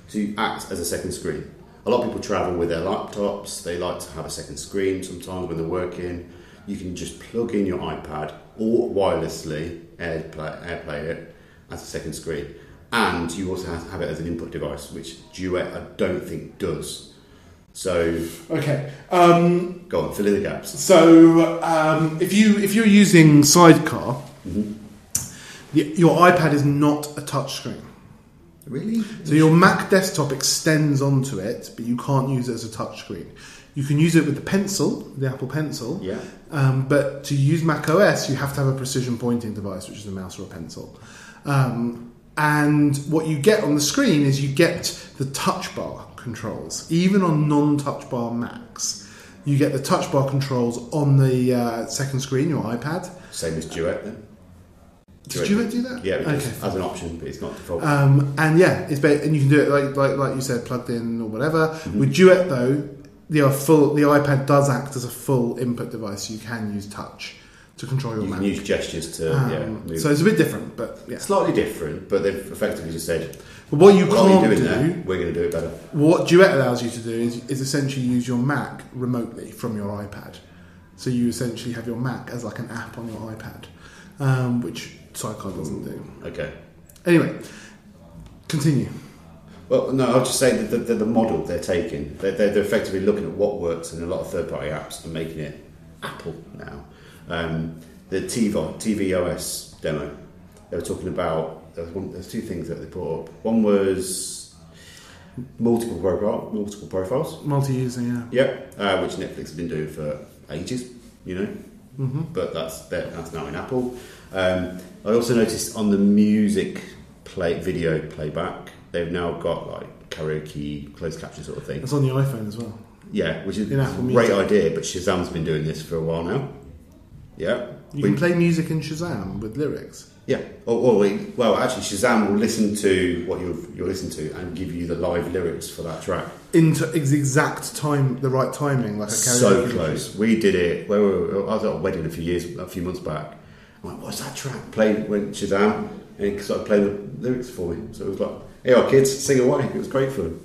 Speaker 3: to act as a second screen. A lot of people travel with their laptops, they like to have a second screen sometimes when they're working. You can just plug in your iPad or wirelessly AirPlay, AirPlay it as a second screen. And you also have to have it as an input device, which Duet I don't think does. So
Speaker 5: Okay. Um,
Speaker 3: go on, fill in the gaps.
Speaker 5: So um, if you if you're using Sidecar,
Speaker 2: Y- Your iPad is not a touchscreen.
Speaker 3: Really?
Speaker 2: So your Mac desktop extends onto it, but you can't use it as a touchscreen. You can use it with the pencil, the Apple Pencil.
Speaker 3: Yeah.
Speaker 2: Um, but to use Mac OS, you have to have a precision pointing device, which is a mouse or a pencil. Um, and what you get on the screen is you get the touch bar controls, even on non-touch bar Macs. You get the touch bar controls on the uh, second screen, your iPad.
Speaker 3: Same as Duet then?
Speaker 2: Did you do that?
Speaker 3: Yeah, it
Speaker 2: Okay.
Speaker 3: does, as an option, but it's not default.
Speaker 2: Um, and yeah, it's ba- and you can do it like like like you said, plugged in or whatever.
Speaker 3: Mm-hmm.
Speaker 2: With Duet though, the uh, full the iPad does act as a full input device. You can use touch to control your
Speaker 3: you
Speaker 2: Mac.
Speaker 3: can use gestures to yeah,
Speaker 2: Um,
Speaker 3: move.
Speaker 2: so it's a bit different, but yeah.
Speaker 3: Slightly different, but they've effectively just said,
Speaker 2: But what you
Speaker 3: "What are we
Speaker 2: can't
Speaker 3: doing
Speaker 2: do,
Speaker 3: there? We're going to do it better."
Speaker 2: what Duet allows you to do is, is essentially use your Mac remotely from your iPad. So you essentially have your Mac as like an app on your iPad, um, which Sidecar doesn't do.
Speaker 3: Okay.
Speaker 2: Anyway, continue.
Speaker 3: Well, no, I'll just say that the, the, the model they're taking, they're, they're, they're effectively looking at what works in a lot of third-party apps and making it Apple now. Um, the TiVo, TVOS demo, they were talking about. There's, one, there's two things that they brought up. One was multiple profile, multiple profiles.
Speaker 2: Multi-user, yeah.
Speaker 3: Yep, uh, which Netflix have been doing for ages, you know.
Speaker 2: Mm-hmm.
Speaker 3: But that's that, that's now in Apple. Um, I also noticed on the music play video playback, they've now got like karaoke, closed caption sort of thing.
Speaker 2: It's on the iPhone as well.
Speaker 3: Yeah, which is
Speaker 2: In
Speaker 3: a
Speaker 2: Apple
Speaker 3: great
Speaker 2: Music.
Speaker 3: idea. But Shazam's been doing this for a while now. Yeah,
Speaker 2: You
Speaker 3: We-
Speaker 2: can play music in Shazam with lyrics.
Speaker 3: yeah. Or, or we- well, actually, Shazam will listen to what you're you're listening to and give you the live lyrics for that track.
Speaker 2: Into ex- exact time, the right timing, like a karaoke.
Speaker 3: so close. We did it. Where were we? I was at a wedding a few years, a few months back. I'm like, what's that track? Played went Shazam and he started playing the lyrics for me. So it was like, hey, our kids sing away. It was great fun.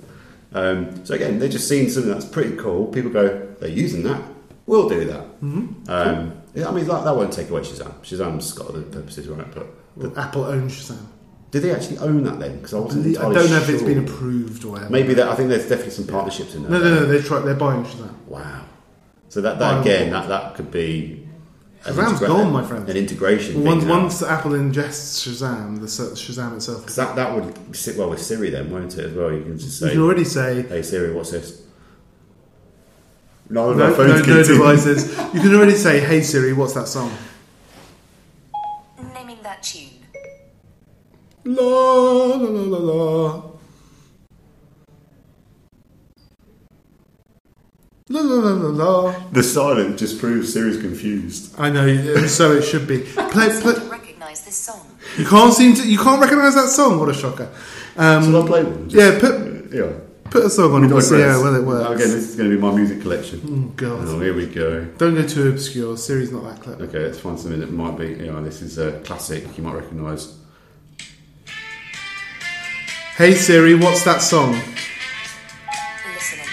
Speaker 3: Um, so again, they're just seeing something that's pretty cool. People go, they're using that. We'll do that. Mm-hmm. Um, yeah, I mean, that, that won't take away Shazam. Shazam's got other purposes, right? But
Speaker 2: Well, Apple owns Shazam.
Speaker 3: did they actually own that then? Because I wasn't.
Speaker 2: I don't
Speaker 3: entirely
Speaker 2: know if it's
Speaker 3: sure.
Speaker 2: been approved or whatever.
Speaker 3: Maybe that. I think there's definitely some partnerships in there.
Speaker 2: No, no, no. They're try, They're buying Shazam.
Speaker 3: Wow. So that, that
Speaker 2: Wow.
Speaker 3: again, that, that could be. an
Speaker 2: Shazam's
Speaker 3: integra-
Speaker 2: gone, my friend.
Speaker 3: An integration.
Speaker 2: Well, once,
Speaker 3: thing now.
Speaker 2: once Apple ingests Shazam, the ser- Shazam itself.
Speaker 3: 'Cause that, that would sit well with Siri then, won't it, as well? You can just
Speaker 2: You
Speaker 3: say,
Speaker 2: can already say
Speaker 3: hey Siri, what's this? No,
Speaker 2: no,
Speaker 3: no,
Speaker 2: no,
Speaker 3: phone's
Speaker 2: no
Speaker 3: kidding.
Speaker 2: devices. You can already say, "Hey Siri, what's that song?"
Speaker 6: Naming that tune.
Speaker 2: La la la la la. La la la la la.
Speaker 3: The silence just proves Siri's confused.
Speaker 2: I know, and so it should be. Play,
Speaker 6: Does
Speaker 2: play,
Speaker 6: not recognize this song.
Speaker 2: you can't seem to, you can't recognise that song. What a shocker! Um,
Speaker 3: Shall I play one?
Speaker 2: yeah, put
Speaker 3: yeah.
Speaker 2: put a song on and we'll see
Speaker 3: Digress.
Speaker 2: how well it
Speaker 3: Now,
Speaker 2: works.
Speaker 3: Again, this is going to be my music collection.
Speaker 2: Oh, God,
Speaker 3: Oh, here we go.
Speaker 2: don't go too obscure. Siri's not that clever.
Speaker 3: Okay, let's find something that might be. You know, this is a classic. You might recognise.
Speaker 2: Hey Siri, what's that song?
Speaker 6: Listening.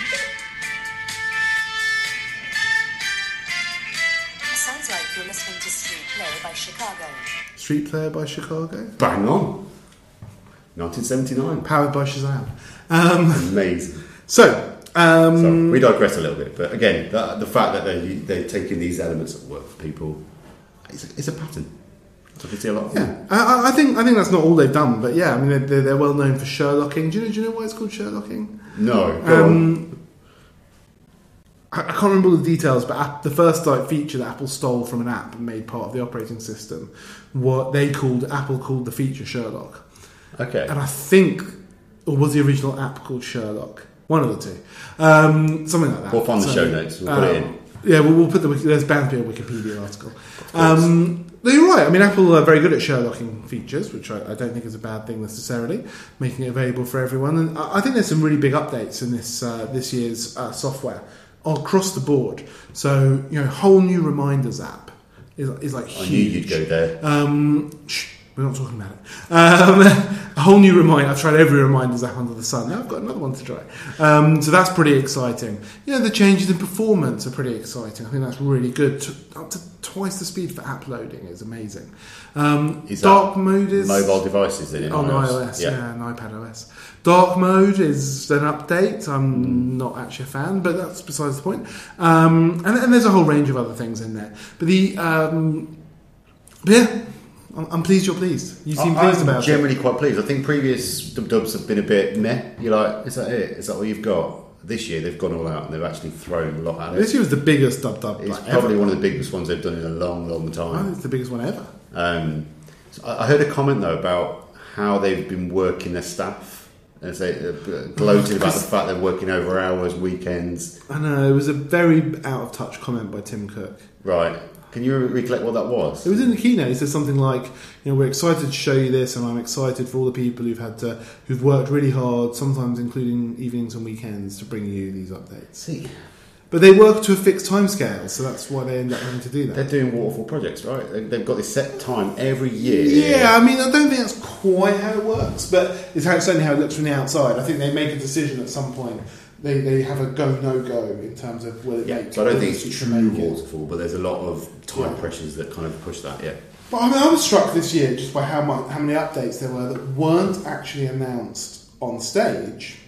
Speaker 6: Sounds like you're listening to Street Play by Chicago.
Speaker 2: Street Player by Chicago,
Speaker 3: Bang on. 1979.
Speaker 2: powered by Shazam. Um,
Speaker 3: Amazing.
Speaker 2: so um,
Speaker 3: Sorry, we digress a little bit, but again, that, the fact that they they're taking these elements that work for people, it's a, it's a pattern. So I can see a lot. Of them.
Speaker 2: yeah, I- I, I think I think that's not all they've done, but yeah, I mean they're, they're, they're well known for Um, Sherlocking. Do you know? Do you know why it's called Sherlocking?
Speaker 3: No. Go
Speaker 2: Um, I I can't remember all the details, but app- the first like feature that Apple stole from an app and made part of the operating system, what they called Apple called the feature Sherlock,
Speaker 3: Okay.
Speaker 2: and I think or was the original app called Sherlock, one of the two, um, something like that. um,
Speaker 3: We'll find the show notes. We'll put it in.
Speaker 2: Yeah, we'll, we'll put the wiki- there's bound to be a Wikipedia article. Um, no, you're right. I mean, Apple are very good at Sherlocking features, which I, I don't think is a bad thing necessarily, making it available for everyone. And I, I think there's some really big updates in this uh, this year's uh, software across the board. So you know, whole new reminders app is, is like
Speaker 3: I
Speaker 2: huge.
Speaker 3: knew you'd go there.
Speaker 2: Um, shh, we're not talking about it. Um, a whole new reminder. I've tried every reminders app under the sun. Now I've got another one to try. Um, so that's pretty exciting. You know, the changes in performance are pretty exciting. I think that's really good. To, up to twice the speed for app loading is amazing. Um,
Speaker 3: Is that
Speaker 2: dark mode is
Speaker 3: Mobile devices in it.
Speaker 2: on iOS, yeah. and iPad OS. Dark mode is an update. I'm not actually a fan, but that's besides the point. Um, and, and there's a whole range of other things in there. But the um, but yeah, I'm, I'm pleased you're pleased. You seem
Speaker 3: I-
Speaker 2: pleased
Speaker 3: I'm
Speaker 2: about it.
Speaker 3: generally quite pleased. I think previous dub dubs have been a bit meh. You're like, is that it? Is that all you've got? This year they've gone all out and they've actually thrown a lot at it.
Speaker 2: This year was the biggest dub dub
Speaker 3: It's
Speaker 2: like,
Speaker 3: probably
Speaker 2: ever.
Speaker 3: one of the biggest ones they've done in a long, long
Speaker 2: I think
Speaker 3: time.
Speaker 2: it's the biggest one ever.
Speaker 3: Um, so I I heard a comment though about how they've been working their staff. And they say, uh, gloated about the fact they're working over hours, weekends.
Speaker 2: I know it was a very out of touch comment by Tim Cook.
Speaker 3: Right. Can you re- recollect what that
Speaker 2: It was in the keynote. He said something like, "You know, we're excited to show you this, and I'm excited for all the people who've had to, who've worked really hard, sometimes including evenings and weekends, to bring you these updates."
Speaker 3: See,
Speaker 2: But they work to a fixed time scale, so that's why they end up having to do
Speaker 3: they're
Speaker 2: that.
Speaker 3: doing waterfall projects, right? They- They've got this set time every year.
Speaker 2: Yeah, I mean, I don't think that's quite how it works, but it's how, certainly how it looks from the outside. I think they make a decision at some point. They, they have a go no go in terms of will it
Speaker 3: Yeah,
Speaker 2: make.
Speaker 3: so I don't
Speaker 2: will
Speaker 3: think
Speaker 2: it
Speaker 3: it's
Speaker 2: make
Speaker 3: true
Speaker 2: it?
Speaker 3: waterfall, but there's a lot of time
Speaker 2: Yeah.
Speaker 3: pressures that kind of push that. Yeah,
Speaker 2: But I mean, I was struck this year just by how much, how many updates there were that weren't actually announced on stage,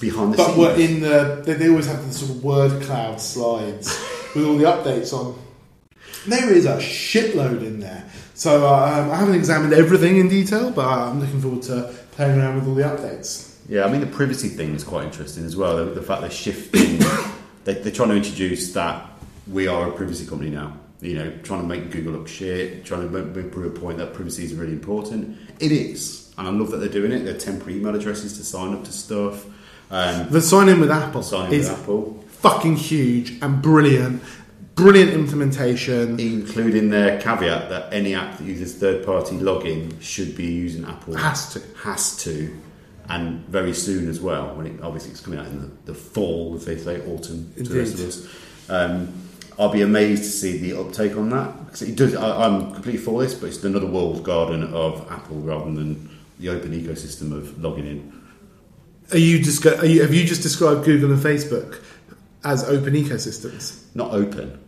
Speaker 3: behind the
Speaker 2: but
Speaker 3: scenes.
Speaker 2: were in the. They, they always have the sort of word cloud slides with all the updates on. There is a shitload in there, so uh, um, I haven't examined everything in detail, but I'm looking forward to playing around with all the updates.
Speaker 3: Yeah, I mean the privacy thing is quite interesting as well. The, the fact they're shifting, they, they're trying to introduce that we are a privacy company now. You know, trying to make Google look shit, trying to make, make prove a point that privacy is really important. It is, and I love that they're doing it. They're temporary email addresses to sign up to stuff. Um,
Speaker 2: The sign in with Apple
Speaker 3: sign in
Speaker 2: is
Speaker 3: with Apple,
Speaker 2: fucking huge and brilliant, brilliant implementation.
Speaker 3: including their caveat that any app that uses third-party login should be using Apple.
Speaker 2: Has to.
Speaker 3: has to, and very soon as well. When it obviously it's coming out in the, the fall, if they say autumn, to the rest of
Speaker 2: Indeed.
Speaker 3: us. Um, I'll be amazed to see the uptake on that because it does. I, I'm completely for this, but it's another walled garden of Apple rather than the open ecosystem of logging in.
Speaker 2: Are you, disco- are you have you just described Google and Facebook as open ecosystems?
Speaker 3: Not open,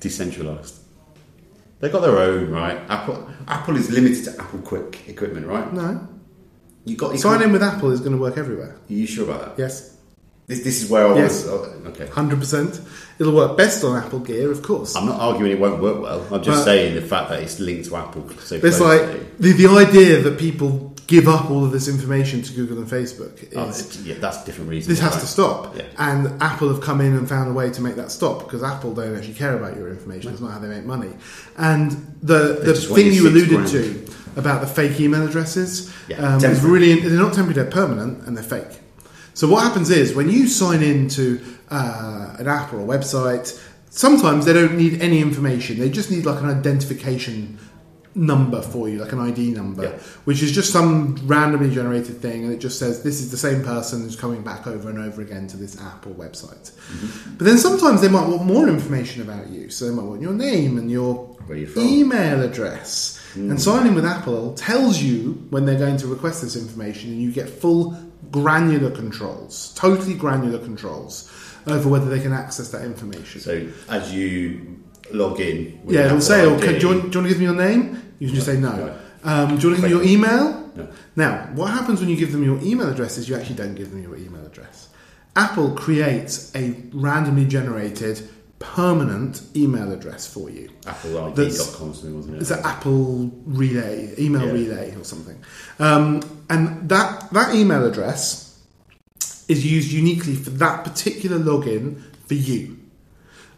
Speaker 3: decentralized. They've got their own, right? Apple Apple is limited to Apple Quick equipment, right?
Speaker 2: No.
Speaker 3: You got you
Speaker 2: Sign
Speaker 3: can't-
Speaker 2: in with Apple is going to work everywhere.
Speaker 3: Are you sure about that?
Speaker 2: Yes,
Speaker 3: This, this is where I
Speaker 2: Yes.
Speaker 3: was. oh, okay.
Speaker 2: hundred percent. It'll work best on Apple gear, of course.
Speaker 3: I'm not arguing it won't work well. I'm just
Speaker 2: But-
Speaker 3: saying the fact that it's linked to Apple so
Speaker 2: But it's
Speaker 3: closely.
Speaker 2: like the, the idea that people give up all of this information to Google and Facebook is
Speaker 3: Oh, it's- yeah, that's different reasons.
Speaker 2: this has
Speaker 3: right?
Speaker 2: to stop.
Speaker 3: Yeah.
Speaker 2: And Apple have come in and found a way to make that stop because Apple don't actually care about your information. It's not how they make money. And the the
Speaker 3: just want
Speaker 2: thing
Speaker 3: your
Speaker 2: you
Speaker 3: six
Speaker 2: alluded
Speaker 3: grand.
Speaker 2: to about the fake email addresses
Speaker 3: Yeah,
Speaker 2: um, is
Speaker 3: temporary.
Speaker 2: really they're not temporary; they're permanent and they're fake. So what happens is when you sign into uh, an app or a website, sometimes they don't need any information. They just need like an identification number for you, like an ID number,
Speaker 3: Yeah.
Speaker 2: which is just some randomly generated thing, and it just says this is the same person who's coming back over and over again to this app or website.
Speaker 3: Mm-hmm.
Speaker 2: But then sometimes they might want more information about you, so they might want your name and your
Speaker 3: Where you're from.
Speaker 2: email address. And signing with Apple tells you when they're going to request this information, and you get full granular controls, totally granular controls over whether they can access that information.
Speaker 3: So as you log in, with
Speaker 2: yeah,
Speaker 3: Apple
Speaker 2: it'll say, oh,
Speaker 3: ID,
Speaker 2: can, do, you want, do you want to give me your name? You can just say no.
Speaker 3: Right.
Speaker 2: Um, do you want to give me your email?
Speaker 3: No.
Speaker 2: Now, what happens when you give them your email address is you actually don't give them your email address. Apple creates a randomly generated permanent email address for you.
Speaker 3: AppleID.com, something wasn't it?
Speaker 2: It's an Apple relay, email
Speaker 3: Yeah.
Speaker 2: relay or something. Um, and that, that email address is used uniquely for that particular login for you.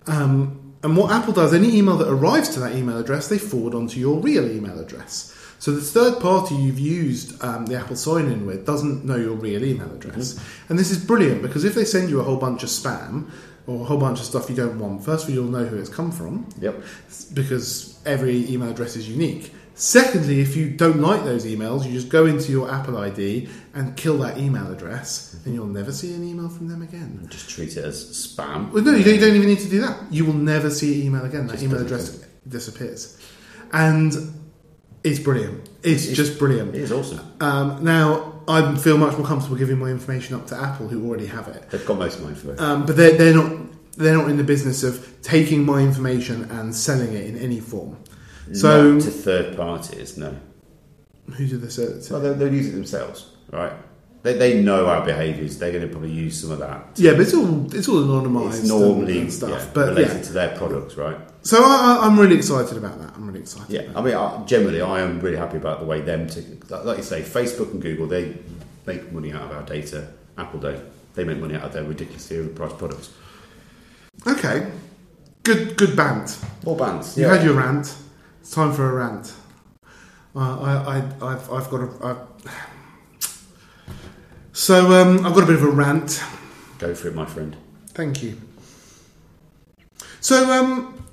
Speaker 2: Um, and what Apple does, any email that arrives to that email address, they forward onto your real email address. So the third party you've used um, the Apple sign in with doesn't know your real email address. And this is brilliant because if they send you a whole bunch of spam or a whole bunch of stuff you don't want, first of all, you'll know who it's come from
Speaker 3: Yep.
Speaker 2: because every email address is unique. Secondly, if you don't like those emails, you just go into your Apple ID and kill that email address, and you'll never see an email from them again.
Speaker 3: Just treat it as spam.
Speaker 2: Well, no, you don't, you don't even need to do that. You will never see email again. That
Speaker 3: Just
Speaker 2: email
Speaker 3: doesn't
Speaker 2: address disappears, and it's brilliant. It's, just brilliant.
Speaker 3: It is awesome.
Speaker 2: Um, now I feel much more comfortable giving my information up to Apple, who already have it.
Speaker 3: They've got most of mine for it.
Speaker 2: Um, but they're, they're not they're not in the business of taking my information and selling it in any form. So
Speaker 3: Not to third parties, no.
Speaker 2: who do they sell it to?
Speaker 3: Well, they'll, they'll use it themselves, right? They, they know our behaviours. They're going to probably use some of that.
Speaker 2: Yeah, but it's all it's all anonymised
Speaker 3: It's normally
Speaker 2: and stuff.
Speaker 3: yeah,
Speaker 2: but
Speaker 3: related
Speaker 2: yeah,
Speaker 3: to their products, right?
Speaker 2: so I, I- I'm really excited about that. I'm really excited.
Speaker 3: Yeah, I
Speaker 2: about
Speaker 3: mean, I, generally, I am really happy about the way them to, like like you say, Facebook and Google, they make money out of our data. Apple don't. They make money out of their ridiculously overpriced products.
Speaker 2: it. Okay, good good band.
Speaker 3: More bands.
Speaker 2: You had your rant. It's time for a rant. Uh, I, I, I've, I've got a. I've... So um, I've got a bit of a rant.
Speaker 3: Go for it, my friend.
Speaker 2: Thank you. So, um,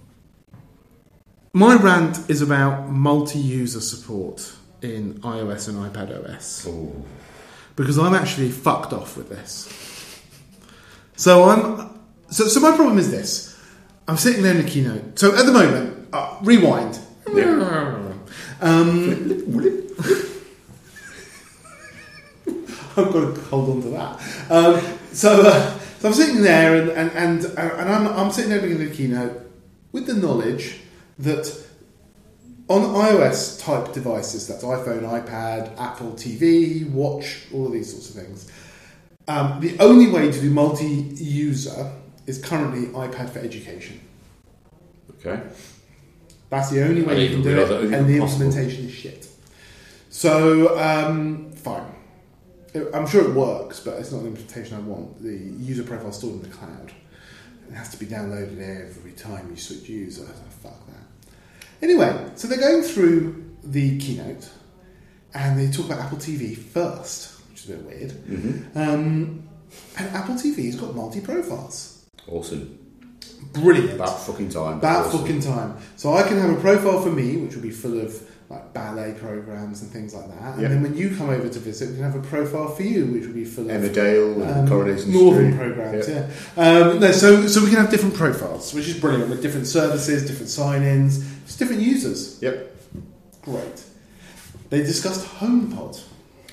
Speaker 2: my rant is about multi-user support in iOS and iPadOS
Speaker 3: Oh,
Speaker 2: because I'm actually fucked off with this. So I'm. So, so my problem is this: I'm sitting there in the keynote. So at the moment, uh, rewind. Um, I've got to hold on to that. Um, so, uh, so I'm sitting there, and and and, uh, and I'm, I'm sitting there beginning the keynote with the knowledge that on iOS type devices, that's iPhone, iPad, Apple TV, watch, all of these sorts of things. Um, the only way to do multi-user is currently iPad for education.
Speaker 3: okay.
Speaker 2: That's the only
Speaker 3: I
Speaker 2: way you can
Speaker 3: didn't
Speaker 2: do
Speaker 3: realise
Speaker 2: it,
Speaker 3: that was
Speaker 2: and the
Speaker 3: even possible.
Speaker 2: implementation is shit. So um, fine, It- I'm sure it works, but it's not the implementation I want. The user profile stored in the cloud. It has to be downloaded every time you switch user. Fuck that. Anyway, so they're going through the keynote, and they talk about Apple TV first, which is a bit weird.
Speaker 3: Mm-hmm.
Speaker 2: Um, and Apple TV's got multi profiles.
Speaker 3: Awesome.
Speaker 2: Brilliant.
Speaker 3: About fucking time.
Speaker 2: About
Speaker 3: Awesome.
Speaker 2: fucking time. So I can have a profile for me, which will be full of like ballet programs and things like that. And
Speaker 3: Yeah.
Speaker 2: then when you come over to visit, we can have a profile for you, which will be full of
Speaker 3: Emmerdale and
Speaker 2: um,
Speaker 3: Coronation
Speaker 2: Northern
Speaker 3: Street.
Speaker 2: programs. Yeah. Um, no, so so we can have different profiles, which is brilliant with different services, different sign-ins, just different users.
Speaker 3: Yep.
Speaker 2: Great. They discussed HomePod,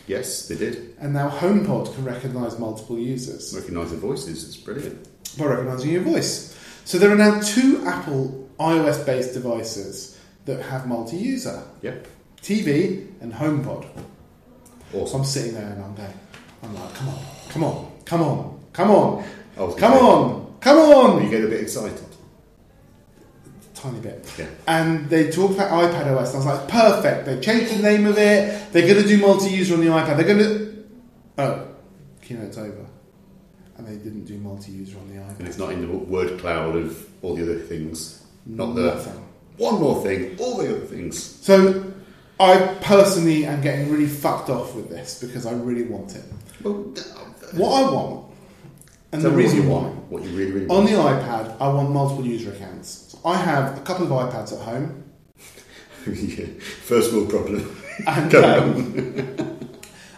Speaker 3: Yes, they did.
Speaker 2: and now HomePod can recognise multiple users.
Speaker 3: Recognise the voices. It's brilliant.
Speaker 2: by recognizing your voice. So there are now two Apple iOS based devices that have multi user
Speaker 3: Yep.
Speaker 2: TV and HomePod. So
Speaker 3: Awesome.
Speaker 2: I'm sitting there and I'm going, I'm like, come on, come on, come on, come on,
Speaker 3: I was
Speaker 2: come
Speaker 3: gonna say-
Speaker 2: on, come
Speaker 3: You
Speaker 2: on,
Speaker 3: get a bit excited.
Speaker 2: tiny bit.
Speaker 3: Yeah.
Speaker 2: And they talk about iPad OS, and I was like, perfect, they changed the name of it, they're going to do multi user on the iPad, they're going to. Oh, keynote's over. And they didn't do multi user on the iPad.
Speaker 3: And it's not in the word cloud of all the other things. Not the
Speaker 2: Nothing.
Speaker 3: one more thing, all the other things.
Speaker 2: So I personally am getting really fucked off with this because I really want it.
Speaker 3: Well,
Speaker 2: What I want, and
Speaker 3: Tell
Speaker 2: the
Speaker 3: me what
Speaker 2: reason
Speaker 3: you
Speaker 2: why,
Speaker 3: want, what you really, really
Speaker 2: on
Speaker 3: want.
Speaker 2: the iPad, I want multiple user accounts. So I have a couple of iPads at home,
Speaker 3: yeah. First world problem.
Speaker 2: and,
Speaker 3: Go
Speaker 2: um,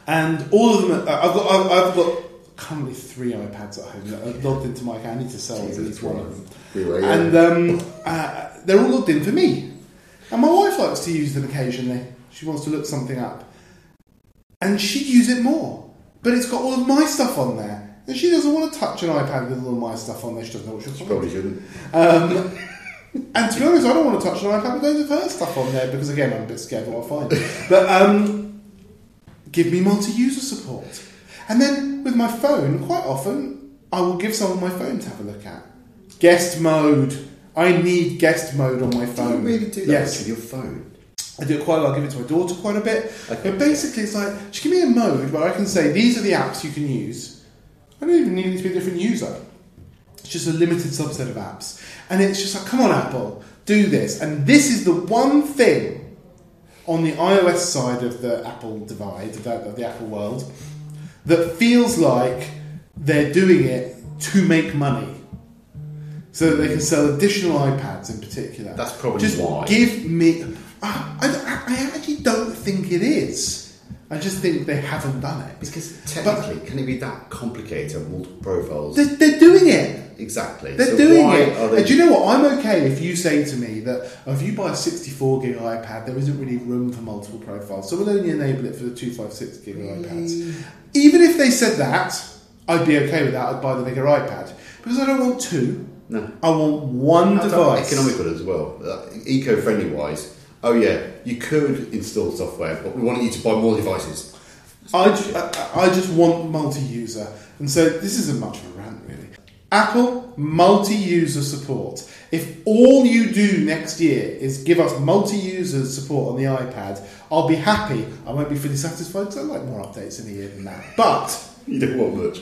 Speaker 2: and all of them. uh, I've got. I've, I've got currently three iPads at home that are logged into my account. I need to sell at least one of them.
Speaker 3: Anyway, yeah.
Speaker 2: and um, uh, they're all logged in for me. And my wife likes to use them occasionally. She wants to look something up, and she'd use it more. But it's got all of my stuff on there, and she doesn't want to touch an iPad with all of my stuff on there. She doesn't know what she's
Speaker 3: probably shouldn't.
Speaker 2: um, and to be honest, I don't want to touch an iPad with loads of her stuff on there because, again, I'm a bit scared what I'll find. But um, give me multi user support. And then with my phone, quite often, I will give someone my phone to have a look at. Guest mode. I need guest mode on my
Speaker 3: Do you
Speaker 2: phone.
Speaker 3: really do that
Speaker 2: Yes.
Speaker 3: with your phone?
Speaker 2: I do it quite a lot. I give it to my daughter quite a bit.
Speaker 3: Okay.
Speaker 2: But basically, it's like, just give me a mode where I can say, these are the apps you can use. I don't even need it to be a different user.
Speaker 5: It's just a limited subset of apps. And it's just like, come on, Apple, do this. And this is the one thing on the iOS side of the Apple divide, of the, of the Apple world, that feels like they're doing it to make money. So that they can sell additional iPads in particular.
Speaker 3: That's probably
Speaker 5: just
Speaker 3: why.
Speaker 5: Give me. Ah, I, don't- I actually don't think it is. I just think they haven't done it.
Speaker 3: Because technically, can it be that complicated? to have Multiple profiles.
Speaker 5: They're, they're doing it.
Speaker 3: exactly.
Speaker 5: They're
Speaker 3: So
Speaker 5: doing
Speaker 3: why
Speaker 5: it.
Speaker 3: are they-
Speaker 5: And do you know what? I'm okay if you say to me that oh, if you buy a 64 gig iPad, there isn't really room for multiple profiles, so we'll only enable it for the 256 gig iPads. Even if they said that, I'd be okay with that. I'd buy the bigger iPad because I don't want two.
Speaker 3: No.
Speaker 5: I want one
Speaker 3: That's
Speaker 5: device.
Speaker 3: Economical as well. Uh, eco-friendly wise. Oh yeah, you could install software, but we want you to buy more devices.
Speaker 5: I, ju- I- I just want multi-user, and so this isn't much of a rant really. Apple multi-user support. If all you do next year is give us multi-user support on the iPad, I'll be happy. I won't be fully satisfied because I like more updates in a year than that. But
Speaker 3: You don't want much.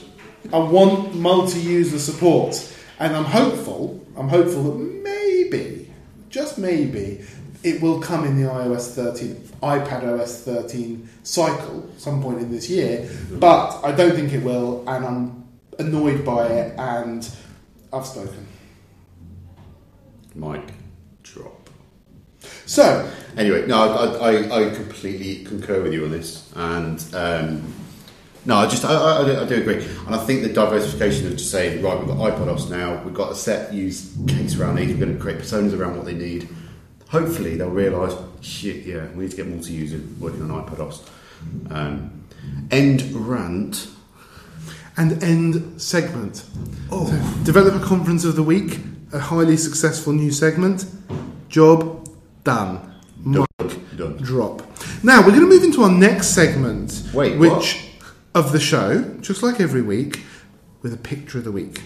Speaker 5: I want multi-user support, and I'm hopeful. I'm hopeful that maybe, just maybe, it will come in the iOS 13, iPad OS 13 cycle some point in this year. But I don't think it will, and I'm annoyed by it. And I've spoken.
Speaker 3: Mike, drop.
Speaker 5: So
Speaker 3: Anyway, no, I, I, I completely concur with you on this, and um, no, I just I, I, I do- I do agree, and I think the diversification of just saying right, we've got iPodos now, we've got a set use case around these, we're going to create personas around what they need. Hopefully, they'll realise shit. Yeah, we need to get multi-user working on iPodos. Um, end rant.
Speaker 2: And end segment. Oh. developer conference of the week, a highly successful new segment. Job done. Mic
Speaker 3: Done.
Speaker 2: drop. Now we're going to move into our next segment.
Speaker 3: Wait,
Speaker 2: which
Speaker 3: what?
Speaker 2: of the show, just like every week, with a picture of the week.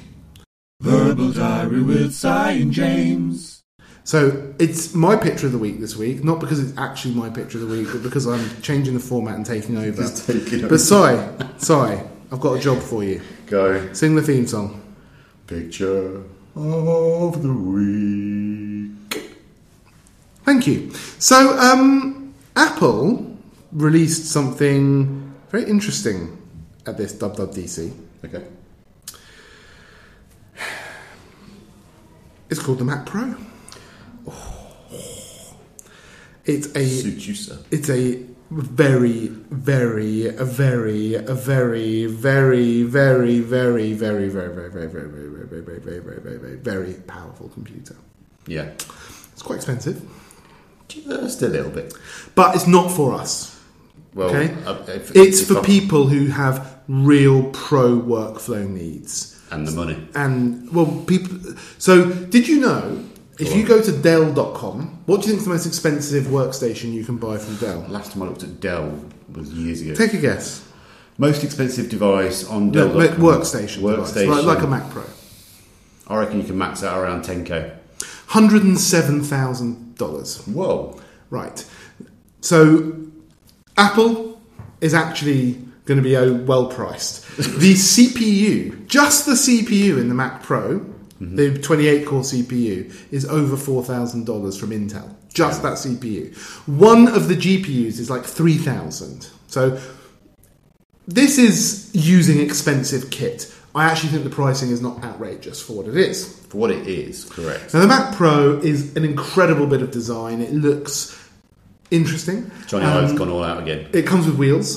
Speaker 4: Verbal Diary with Cy and James.
Speaker 2: So it's my picture of the week this week, not because it's actually my picture of the week, but because I'm changing the format and taking over.
Speaker 3: He's taking over.
Speaker 2: But sorry, sorry, I've got a job for you.
Speaker 3: Go
Speaker 2: Sing the theme song.
Speaker 3: picture of the week.
Speaker 2: Thank you. So, um, Apple released something very interesting at this WWDC.
Speaker 3: Okay.
Speaker 2: It's called the Mac Pro. It's a
Speaker 3: Suit you, sir.
Speaker 2: it's a very very a very a very very very very very very very very very very very very very very very very very very powerful computer.
Speaker 3: Yeah.
Speaker 2: It's quite expensive,
Speaker 3: Just a little bit.
Speaker 2: but it's not for us.
Speaker 3: Well,
Speaker 2: Okay.
Speaker 3: uh, if-
Speaker 2: It's
Speaker 3: if
Speaker 2: for
Speaker 3: I'm-
Speaker 2: people who have real pro workflow needs.
Speaker 3: and the money.
Speaker 2: and well people so did you know if you go to dell.com what do you think is the most expensive workstation you can buy from dell
Speaker 3: Last time I looked at Dell was years ago.
Speaker 2: take a guess
Speaker 3: Most expensive device on Dell.
Speaker 2: no, like workstation device,
Speaker 3: Workstation.
Speaker 2: like, like a mac pro
Speaker 3: I reckon you can max out around 10k.
Speaker 2: $107000
Speaker 3: Whoa.
Speaker 2: right so apple is actually going to be oh, well priced the cpu just the cpu in the mac pro the 28 core cpu is over $4000 from intel just that cpu one of the gpus is like 3000 so this is using expensive kit i actually think the pricing is not outrageous for what it is
Speaker 3: For what it is, correct.
Speaker 2: now the Mac Pro is an incredible bit of design. It looks interesting.
Speaker 3: Johnny
Speaker 2: Um,
Speaker 3: Ive's gone all out again. Oh,
Speaker 2: It comes with wheels,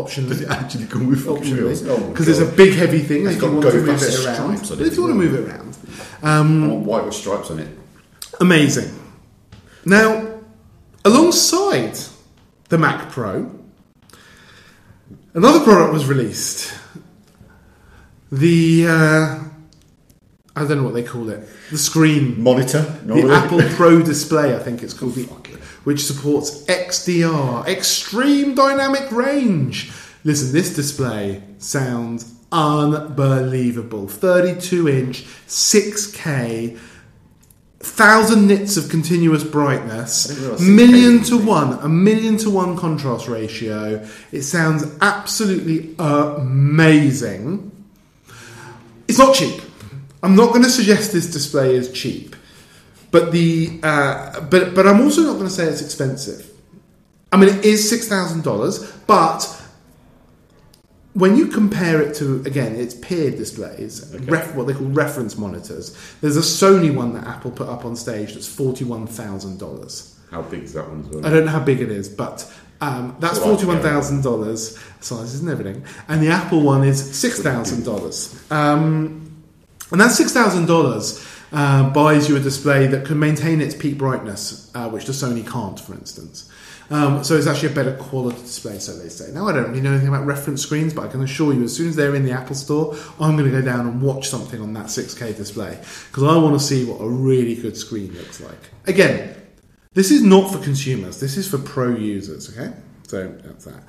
Speaker 2: optionally.
Speaker 3: Actually, gone with
Speaker 2: Because it's a big, heavy thing.
Speaker 3: It's
Speaker 2: if
Speaker 3: got
Speaker 2: you want
Speaker 3: go
Speaker 2: to move
Speaker 3: faster
Speaker 2: it around,
Speaker 3: stripes on
Speaker 2: but
Speaker 3: it
Speaker 2: if
Speaker 3: as
Speaker 2: you want to
Speaker 3: well.
Speaker 2: move it around,
Speaker 3: white with stripes on it.
Speaker 2: amazing. Now, alongside the Mac Pro, another product was released. The uh, I don't know what they call it. The screen
Speaker 3: Monitor.
Speaker 2: The
Speaker 3: normally.
Speaker 2: Apple Pro Display, I think it's called, the, which supports XDR, Extreme Dynamic Range. Listen, this display sounds unbelievable. 32 inch, 6K, 1,000 nits of continuous
Speaker 3: I didn't
Speaker 2: brightness,
Speaker 3: realise 6K
Speaker 2: million
Speaker 3: was a
Speaker 2: to
Speaker 3: thing.
Speaker 2: one, a million to one contrast ratio. It sounds absolutely amazing. It's not cheap. I I'm not going to suggest this display is cheap, but the uh, but but I'm also not going to say it's expensive. I mean, it is six thousand dollars, but when you compare it to again its peer displays, ref, what they call reference monitors, there's a Sony one that Apple put up on stage that's forty one thousand dollars.
Speaker 3: How big is that one as well?
Speaker 2: I don't know how big it is, but um, that's
Speaker 3: It's all
Speaker 2: forty-one
Speaker 3: right, yeah.
Speaker 2: thousand dollars sizes and everything, and the Apple one is six thousand dollars. Um, and that six thousand dollars uh, buys you a display that can maintain its peak brightness, uh, which the Sony can't, for instance. Um, so it's actually a better quality display, so they say. Now I don't really know anything about reference screens, but I can assure you, as soon as they're in the Apple Store, I'm going to go down and watch something on that 6K display because I want to see what a really good screen looks like. Again, this is not for consumers. This is for pro users. Okay, so that's that.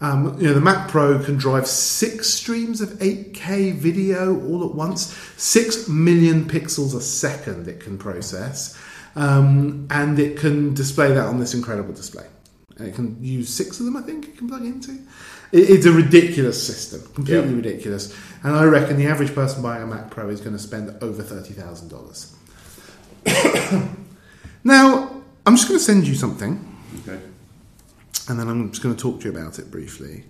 Speaker 2: Um, you know, the Mac Pro can drive six streams of 8K video all at once. Six million pixels a second it can process, um, and it can display that on this incredible display. And it can use six of them, I think, it can plug into. It, it's a ridiculous system, completely
Speaker 3: Yeah.
Speaker 2: ridiculous. And I reckon the average person buying a Mac Pro is going to spend over thirty thousand dollars. Now, I'm just going to send you something,
Speaker 3: Okay.
Speaker 2: and then I'm just going to talk to you about it briefly,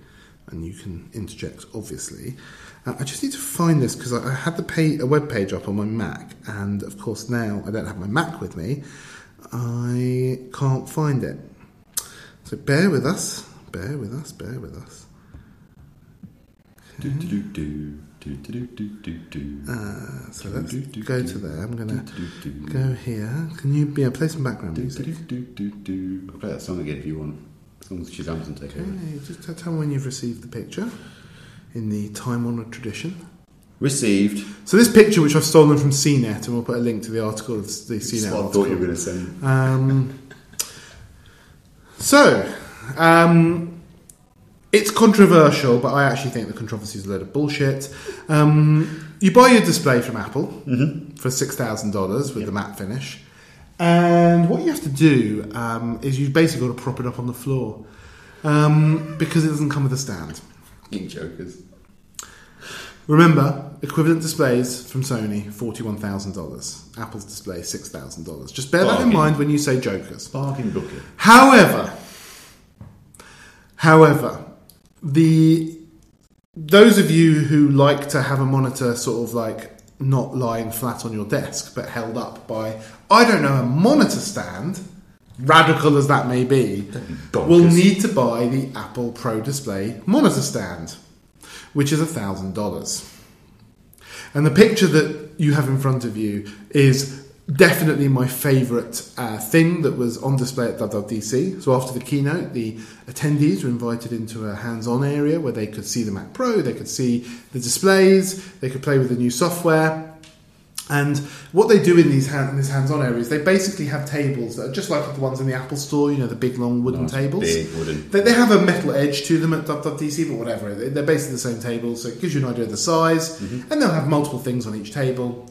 Speaker 2: and you can interject, obviously. Uh, I just need to find this because I, I had the pay, a web page up on my Mac, and of course now I don't have my Mac with me. I can't find it. So bear with us, bear with us, bear with us.
Speaker 4: Do, do, do, do, do, do, do, do.
Speaker 2: Uh, so let's go to there. I'm going to go here. Can you yeah, play some background music?
Speaker 3: I'll play that song again if you want. As long as Shazam doesn't take over.
Speaker 2: Okay, just t- tell me when you've received the picture in the time honoured tradition.
Speaker 3: Received.
Speaker 2: So this picture, which I've stolen from CNET, and we'll put a link to the article of the
Speaker 3: That's
Speaker 2: CNET
Speaker 3: what I
Speaker 2: article.
Speaker 3: thought you were going to send.
Speaker 2: Um, so, um, it's controversial, but I actually think the controversy is a load of bullshit. Um, you buy your display from Apple
Speaker 3: Mm-hmm.
Speaker 2: for six thousand dollars with the matte finish, and what you have to do um, is you basically got to prop it up on the floor um, because it doesn't come with a stand.
Speaker 3: Geek Jokers.
Speaker 2: Remember, equivalent displays from Sony, forty-one thousand dollars. Apple's display, six thousand dollars. Just bear that in
Speaker 3: Bargain.
Speaker 2: mind when you say jokers.
Speaker 3: Bargain bucket.
Speaker 2: However, however, the those of you who like to have a monitor sort of like not lying flat on your desk but held up by I don't know a monitor stand, radical as that may be,
Speaker 3: bonkers.
Speaker 2: will need to buy the Apple Pro Display monitor stand, which is a thousand dollars. And the picture that you have in front of you is definitely my favourite uh, thing that was on display at WWDC. So after the keynote, the attendees were invited into a hands-on area where they could see the Mac Pro, they could see the displays, they could play with the new software. And what they do in these hand, in this hands-on area is they basically have tables that are just like the ones in the Apple Store, you know, the big long wooden
Speaker 3: Nice,
Speaker 2: tables.
Speaker 3: big wooden.
Speaker 2: They, they have a metal edge to them at DC, but whatever. They- They're basically the same table, so it gives you an idea of the size.
Speaker 3: Mm-hmm.
Speaker 2: And they'll have multiple things on each table.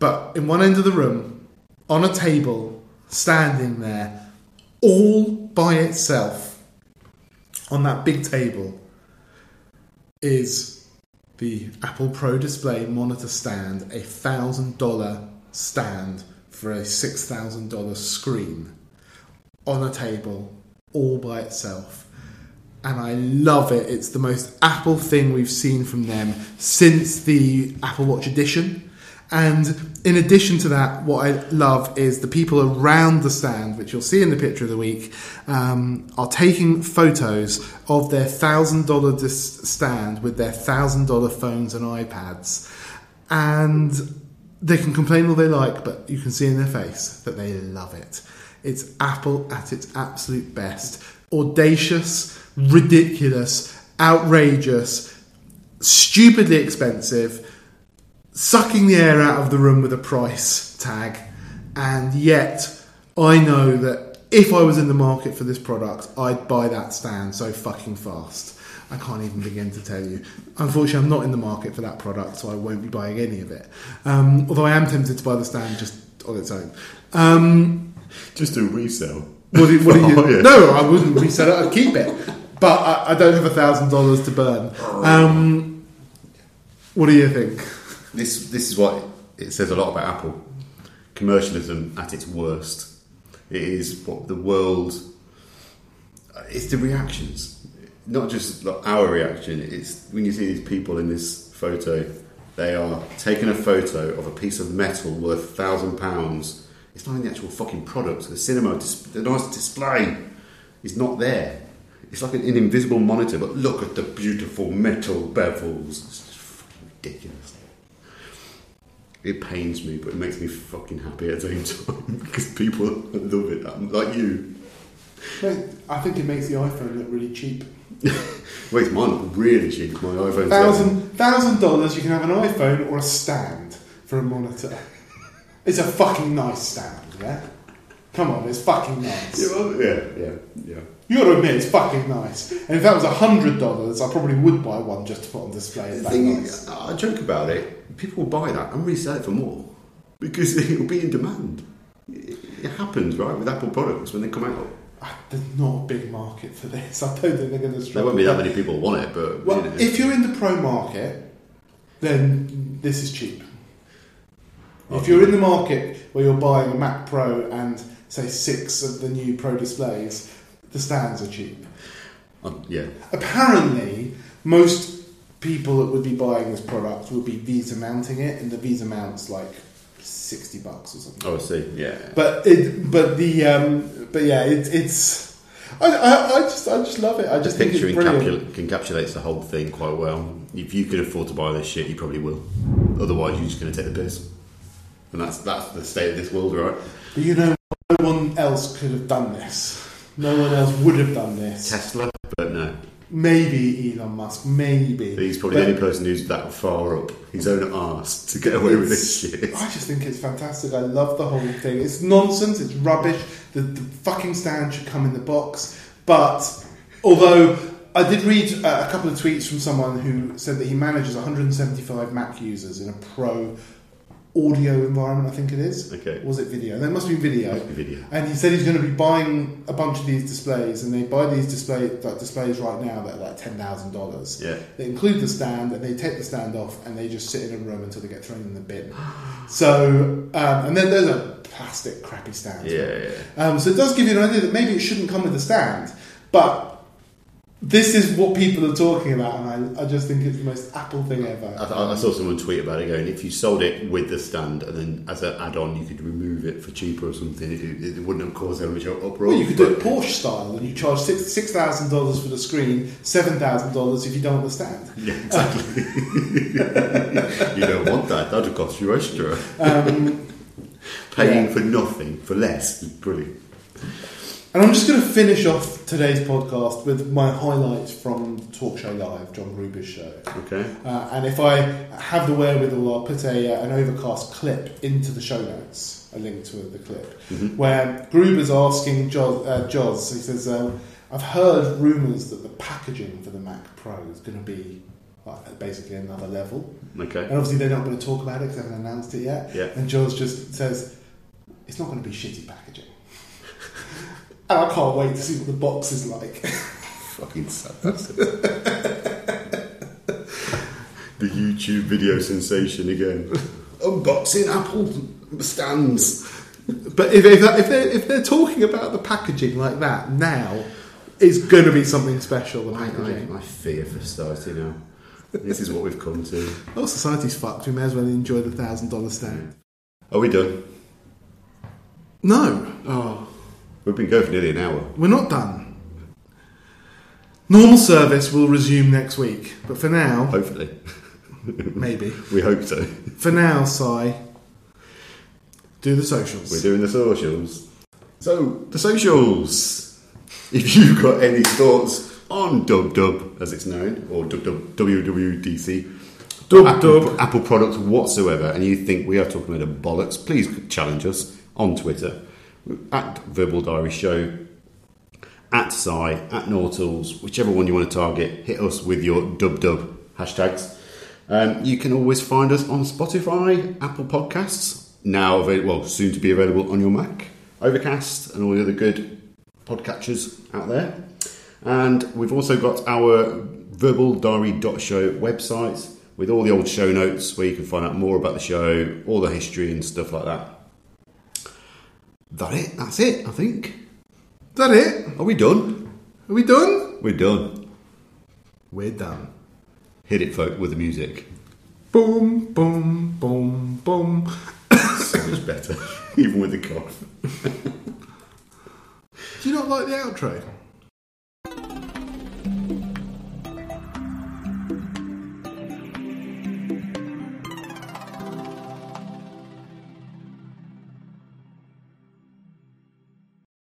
Speaker 2: But in one end of the room, on a table, standing there, all by itself, on that big table, is the Apple Pro Display monitor stand, a $1,000 stand for a $6,000 screen on a table all by itself. And I love it. It's the most Apple thing we've seen from them since the Apple Watch edition. And in addition to that, what I love is the people around the stand, which you'll see in the picture of the week, um, are taking photos of their $1,000 dis- stand with their $1,000 phones and iPads. And they can complain all they like, but you can see in their face that they love it. It's Apple at its absolute best. Audacious, ridiculous, outrageous, stupidly expensive, sucking the air out of the room with a price tag. And yet, I know that if I was in the market for this product, I'd buy that stand so fucking fast. I can't even begin to tell you. Unfortunately, I'm not in the market for that product, so I won't be buying any of it. Um, although I am tempted to buy the stand just on its own. Um,
Speaker 3: Just do a resale.
Speaker 2: what do, what do you?
Speaker 3: Oh, yeah.
Speaker 2: No, I wouldn't resell it. I'd keep it, but I, I don't have a thousand dollars to burn. Um, what do you think?
Speaker 3: This this is what it says a lot about Apple. Commercialism at its worst. It is what the world. It's the reactions, not just like our reaction. It's when you see these people in this photo, they are taking a photo of a piece of metal worth thousand pounds. It's not in the actual fucking product. The cinema, dis- the nice display, is not there. It's like an, an invisible monitor. But look at the beautiful metal bevels. It's just fucking ridiculous. It pains me, but it makes me fucking happy at the same time because people love it. I'm like you.
Speaker 2: No, I think it makes the iPhone look really cheap.
Speaker 3: Wait, mine look really cheap. My iPhone.
Speaker 2: Thousand thousand dollars, you can have an iPhone or a stand for a monitor. It's a fucking nice stand, yeah. Come on, it's fucking nice.
Speaker 3: 7. Yeah, well, yeah, yeah, yeah.
Speaker 2: You gotta admit, it's fucking nice. And if that was hundred dollars, I probably would buy one just to put on display. It's
Speaker 3: The
Speaker 2: that
Speaker 3: thing
Speaker 2: nice.
Speaker 3: is, I joke about it. People will buy that and resell it for more because it will be in demand. It, it happens, right, with Apple products when they come out.
Speaker 2: Ah, There's not a big market for this. I don't think they're going to
Speaker 3: There
Speaker 2: struggle.
Speaker 3: won't be that many people want it, but
Speaker 2: Well,
Speaker 3: you know.
Speaker 2: if you're in the pro market, then this is cheap. If you're in the market where you're buying a Mac Pro and say six of the new Pro displays, the stands are cheap.
Speaker 3: Um, yeah,
Speaker 2: Apparently, most people that would be buying this product would be Visa mounting it, and the Visa mount's like sixty bucks or something.
Speaker 3: oh, I see. Yeah,
Speaker 2: But it, but the, um, but yeah, it, it's. I, I, I just, I just love it. I just
Speaker 3: the
Speaker 2: think it's
Speaker 3: picture
Speaker 2: brilliant.
Speaker 3: encapsula- encapsulates the whole thing quite well. If you could afford to buy this shit, you probably will. Otherwise, you're just going to take the piss. And that's that's the state of this world, right?
Speaker 2: But you know, no one else could have done this. No one else would have done this.
Speaker 3: Tesla, but no,
Speaker 2: Maybe Elon Musk. Maybe
Speaker 3: he's probably
Speaker 2: But
Speaker 3: the only person who's that far up his own arse to get away with this shit.
Speaker 2: I just think it's fantastic. I love the whole thing. It's nonsense. It's rubbish. The, the fucking stand should come in the box. But although I did read uh, a couple of tweets from someone who said that he manages 175 Mac users in a pro audio environment. I think it is.
Speaker 3: Okay.
Speaker 2: Was it video? There must be video.
Speaker 3: Must be video.
Speaker 2: And he said he's going to be buying a bunch of these displays, and they buy these display like, displays right now that are like ten thousand dollars.
Speaker 3: Yeah.
Speaker 2: They include the stand, and they take the stand off, and they just sit in a room until they get thrown in the bin. So, um, and then there's a plastic crappy stand.
Speaker 3: Yeah, yeah.
Speaker 2: Um, so it does give you an idea that maybe it shouldn't come with a stand, but this is what people are talking about, and I, I just think it's the most Apple thing ever.
Speaker 3: I, th- I saw someone tweet about it going, if you sold it with the stand and then as an add-on you could remove it for cheaper or something, it, it wouldn't have caused that much uproar.
Speaker 2: Well, you could do it
Speaker 3: but-
Speaker 2: Porsche style, and you charge six six thousand dollars for the screen, seven thousand dollars if you don't understand.
Speaker 3: Yeah, exactly. you don't want that. That would cost you extra. Paying
Speaker 2: yeah.
Speaker 3: for nothing, for less, is brilliant.
Speaker 2: And I'm just going to finish off today's podcast with my highlights from Talk Show Live, John Gruber's show.
Speaker 3: Okay.
Speaker 2: Uh, and if I have the wherewithal, I'll put a, uh, an overcast clip into the show notes, a link to the clip,
Speaker 3: Mm-hmm.
Speaker 2: where Gruber's asking Joz, uh, Joz he says, um, I've heard rumours that the packaging for the Mac Pro is going to be like, basically another level. And
Speaker 3: Okay.
Speaker 2: obviously, they're not going to talk about it because they haven't announced it yet.
Speaker 3: Yeah.
Speaker 2: And Joz just says, it's not going to be shitty packaging. and I can't wait to see what the box is like.
Speaker 3: Fucking sarcastic. the YouTube video sensation again. Unboxing Apple stands.
Speaker 2: but if, if, that- if, they're, if they're talking about the packaging like that now, it's going to be something special, the
Speaker 3: I, I,
Speaker 2: packaging.
Speaker 3: I fear for society now. this is what we've come to.
Speaker 2: Well, Oh, society's fucked. We may as well enjoy the $1,000 stand.
Speaker 3: Are we done?
Speaker 2: No,
Speaker 3: Oh. We've been going for nearly an hour.
Speaker 2: we're not done. Normal service will resume next week. But for now,
Speaker 3: Hopefully.
Speaker 2: maybe.
Speaker 3: We hope so.
Speaker 2: For now, Si, do the socials.
Speaker 3: We're doing the socials. So, the socials. If you've got any thoughts on Dub Dub, as it's known, or Dub Dub WWDC,
Speaker 2: Dub
Speaker 3: Apple,
Speaker 2: Dub.
Speaker 3: Apple products whatsoever, and you think we are talking about bollocks, please challenge us on Twitter at Verbal Diary Show, at Psy, at Nortals, whichever one you want to target, hit us with your dub dub hashtags. Um, you can always find us on Spotify, Apple Podcasts, now available, well, soon to be available on your Mac, Overcast, and all the other good podcatchers out there. And we've also got our verbal diary.show website with all the old show notes where you can find out more about the show, all the history and stuff like that. That it? That's it, I think.
Speaker 2: Is that it?
Speaker 3: Are we done?
Speaker 2: Are we done?
Speaker 3: We're done.
Speaker 2: We're done.
Speaker 3: Hit it, folk, with the music.
Speaker 2: Boom, boom, boom, boom.
Speaker 3: So much better, even with the cough.
Speaker 2: Do you not like the outro?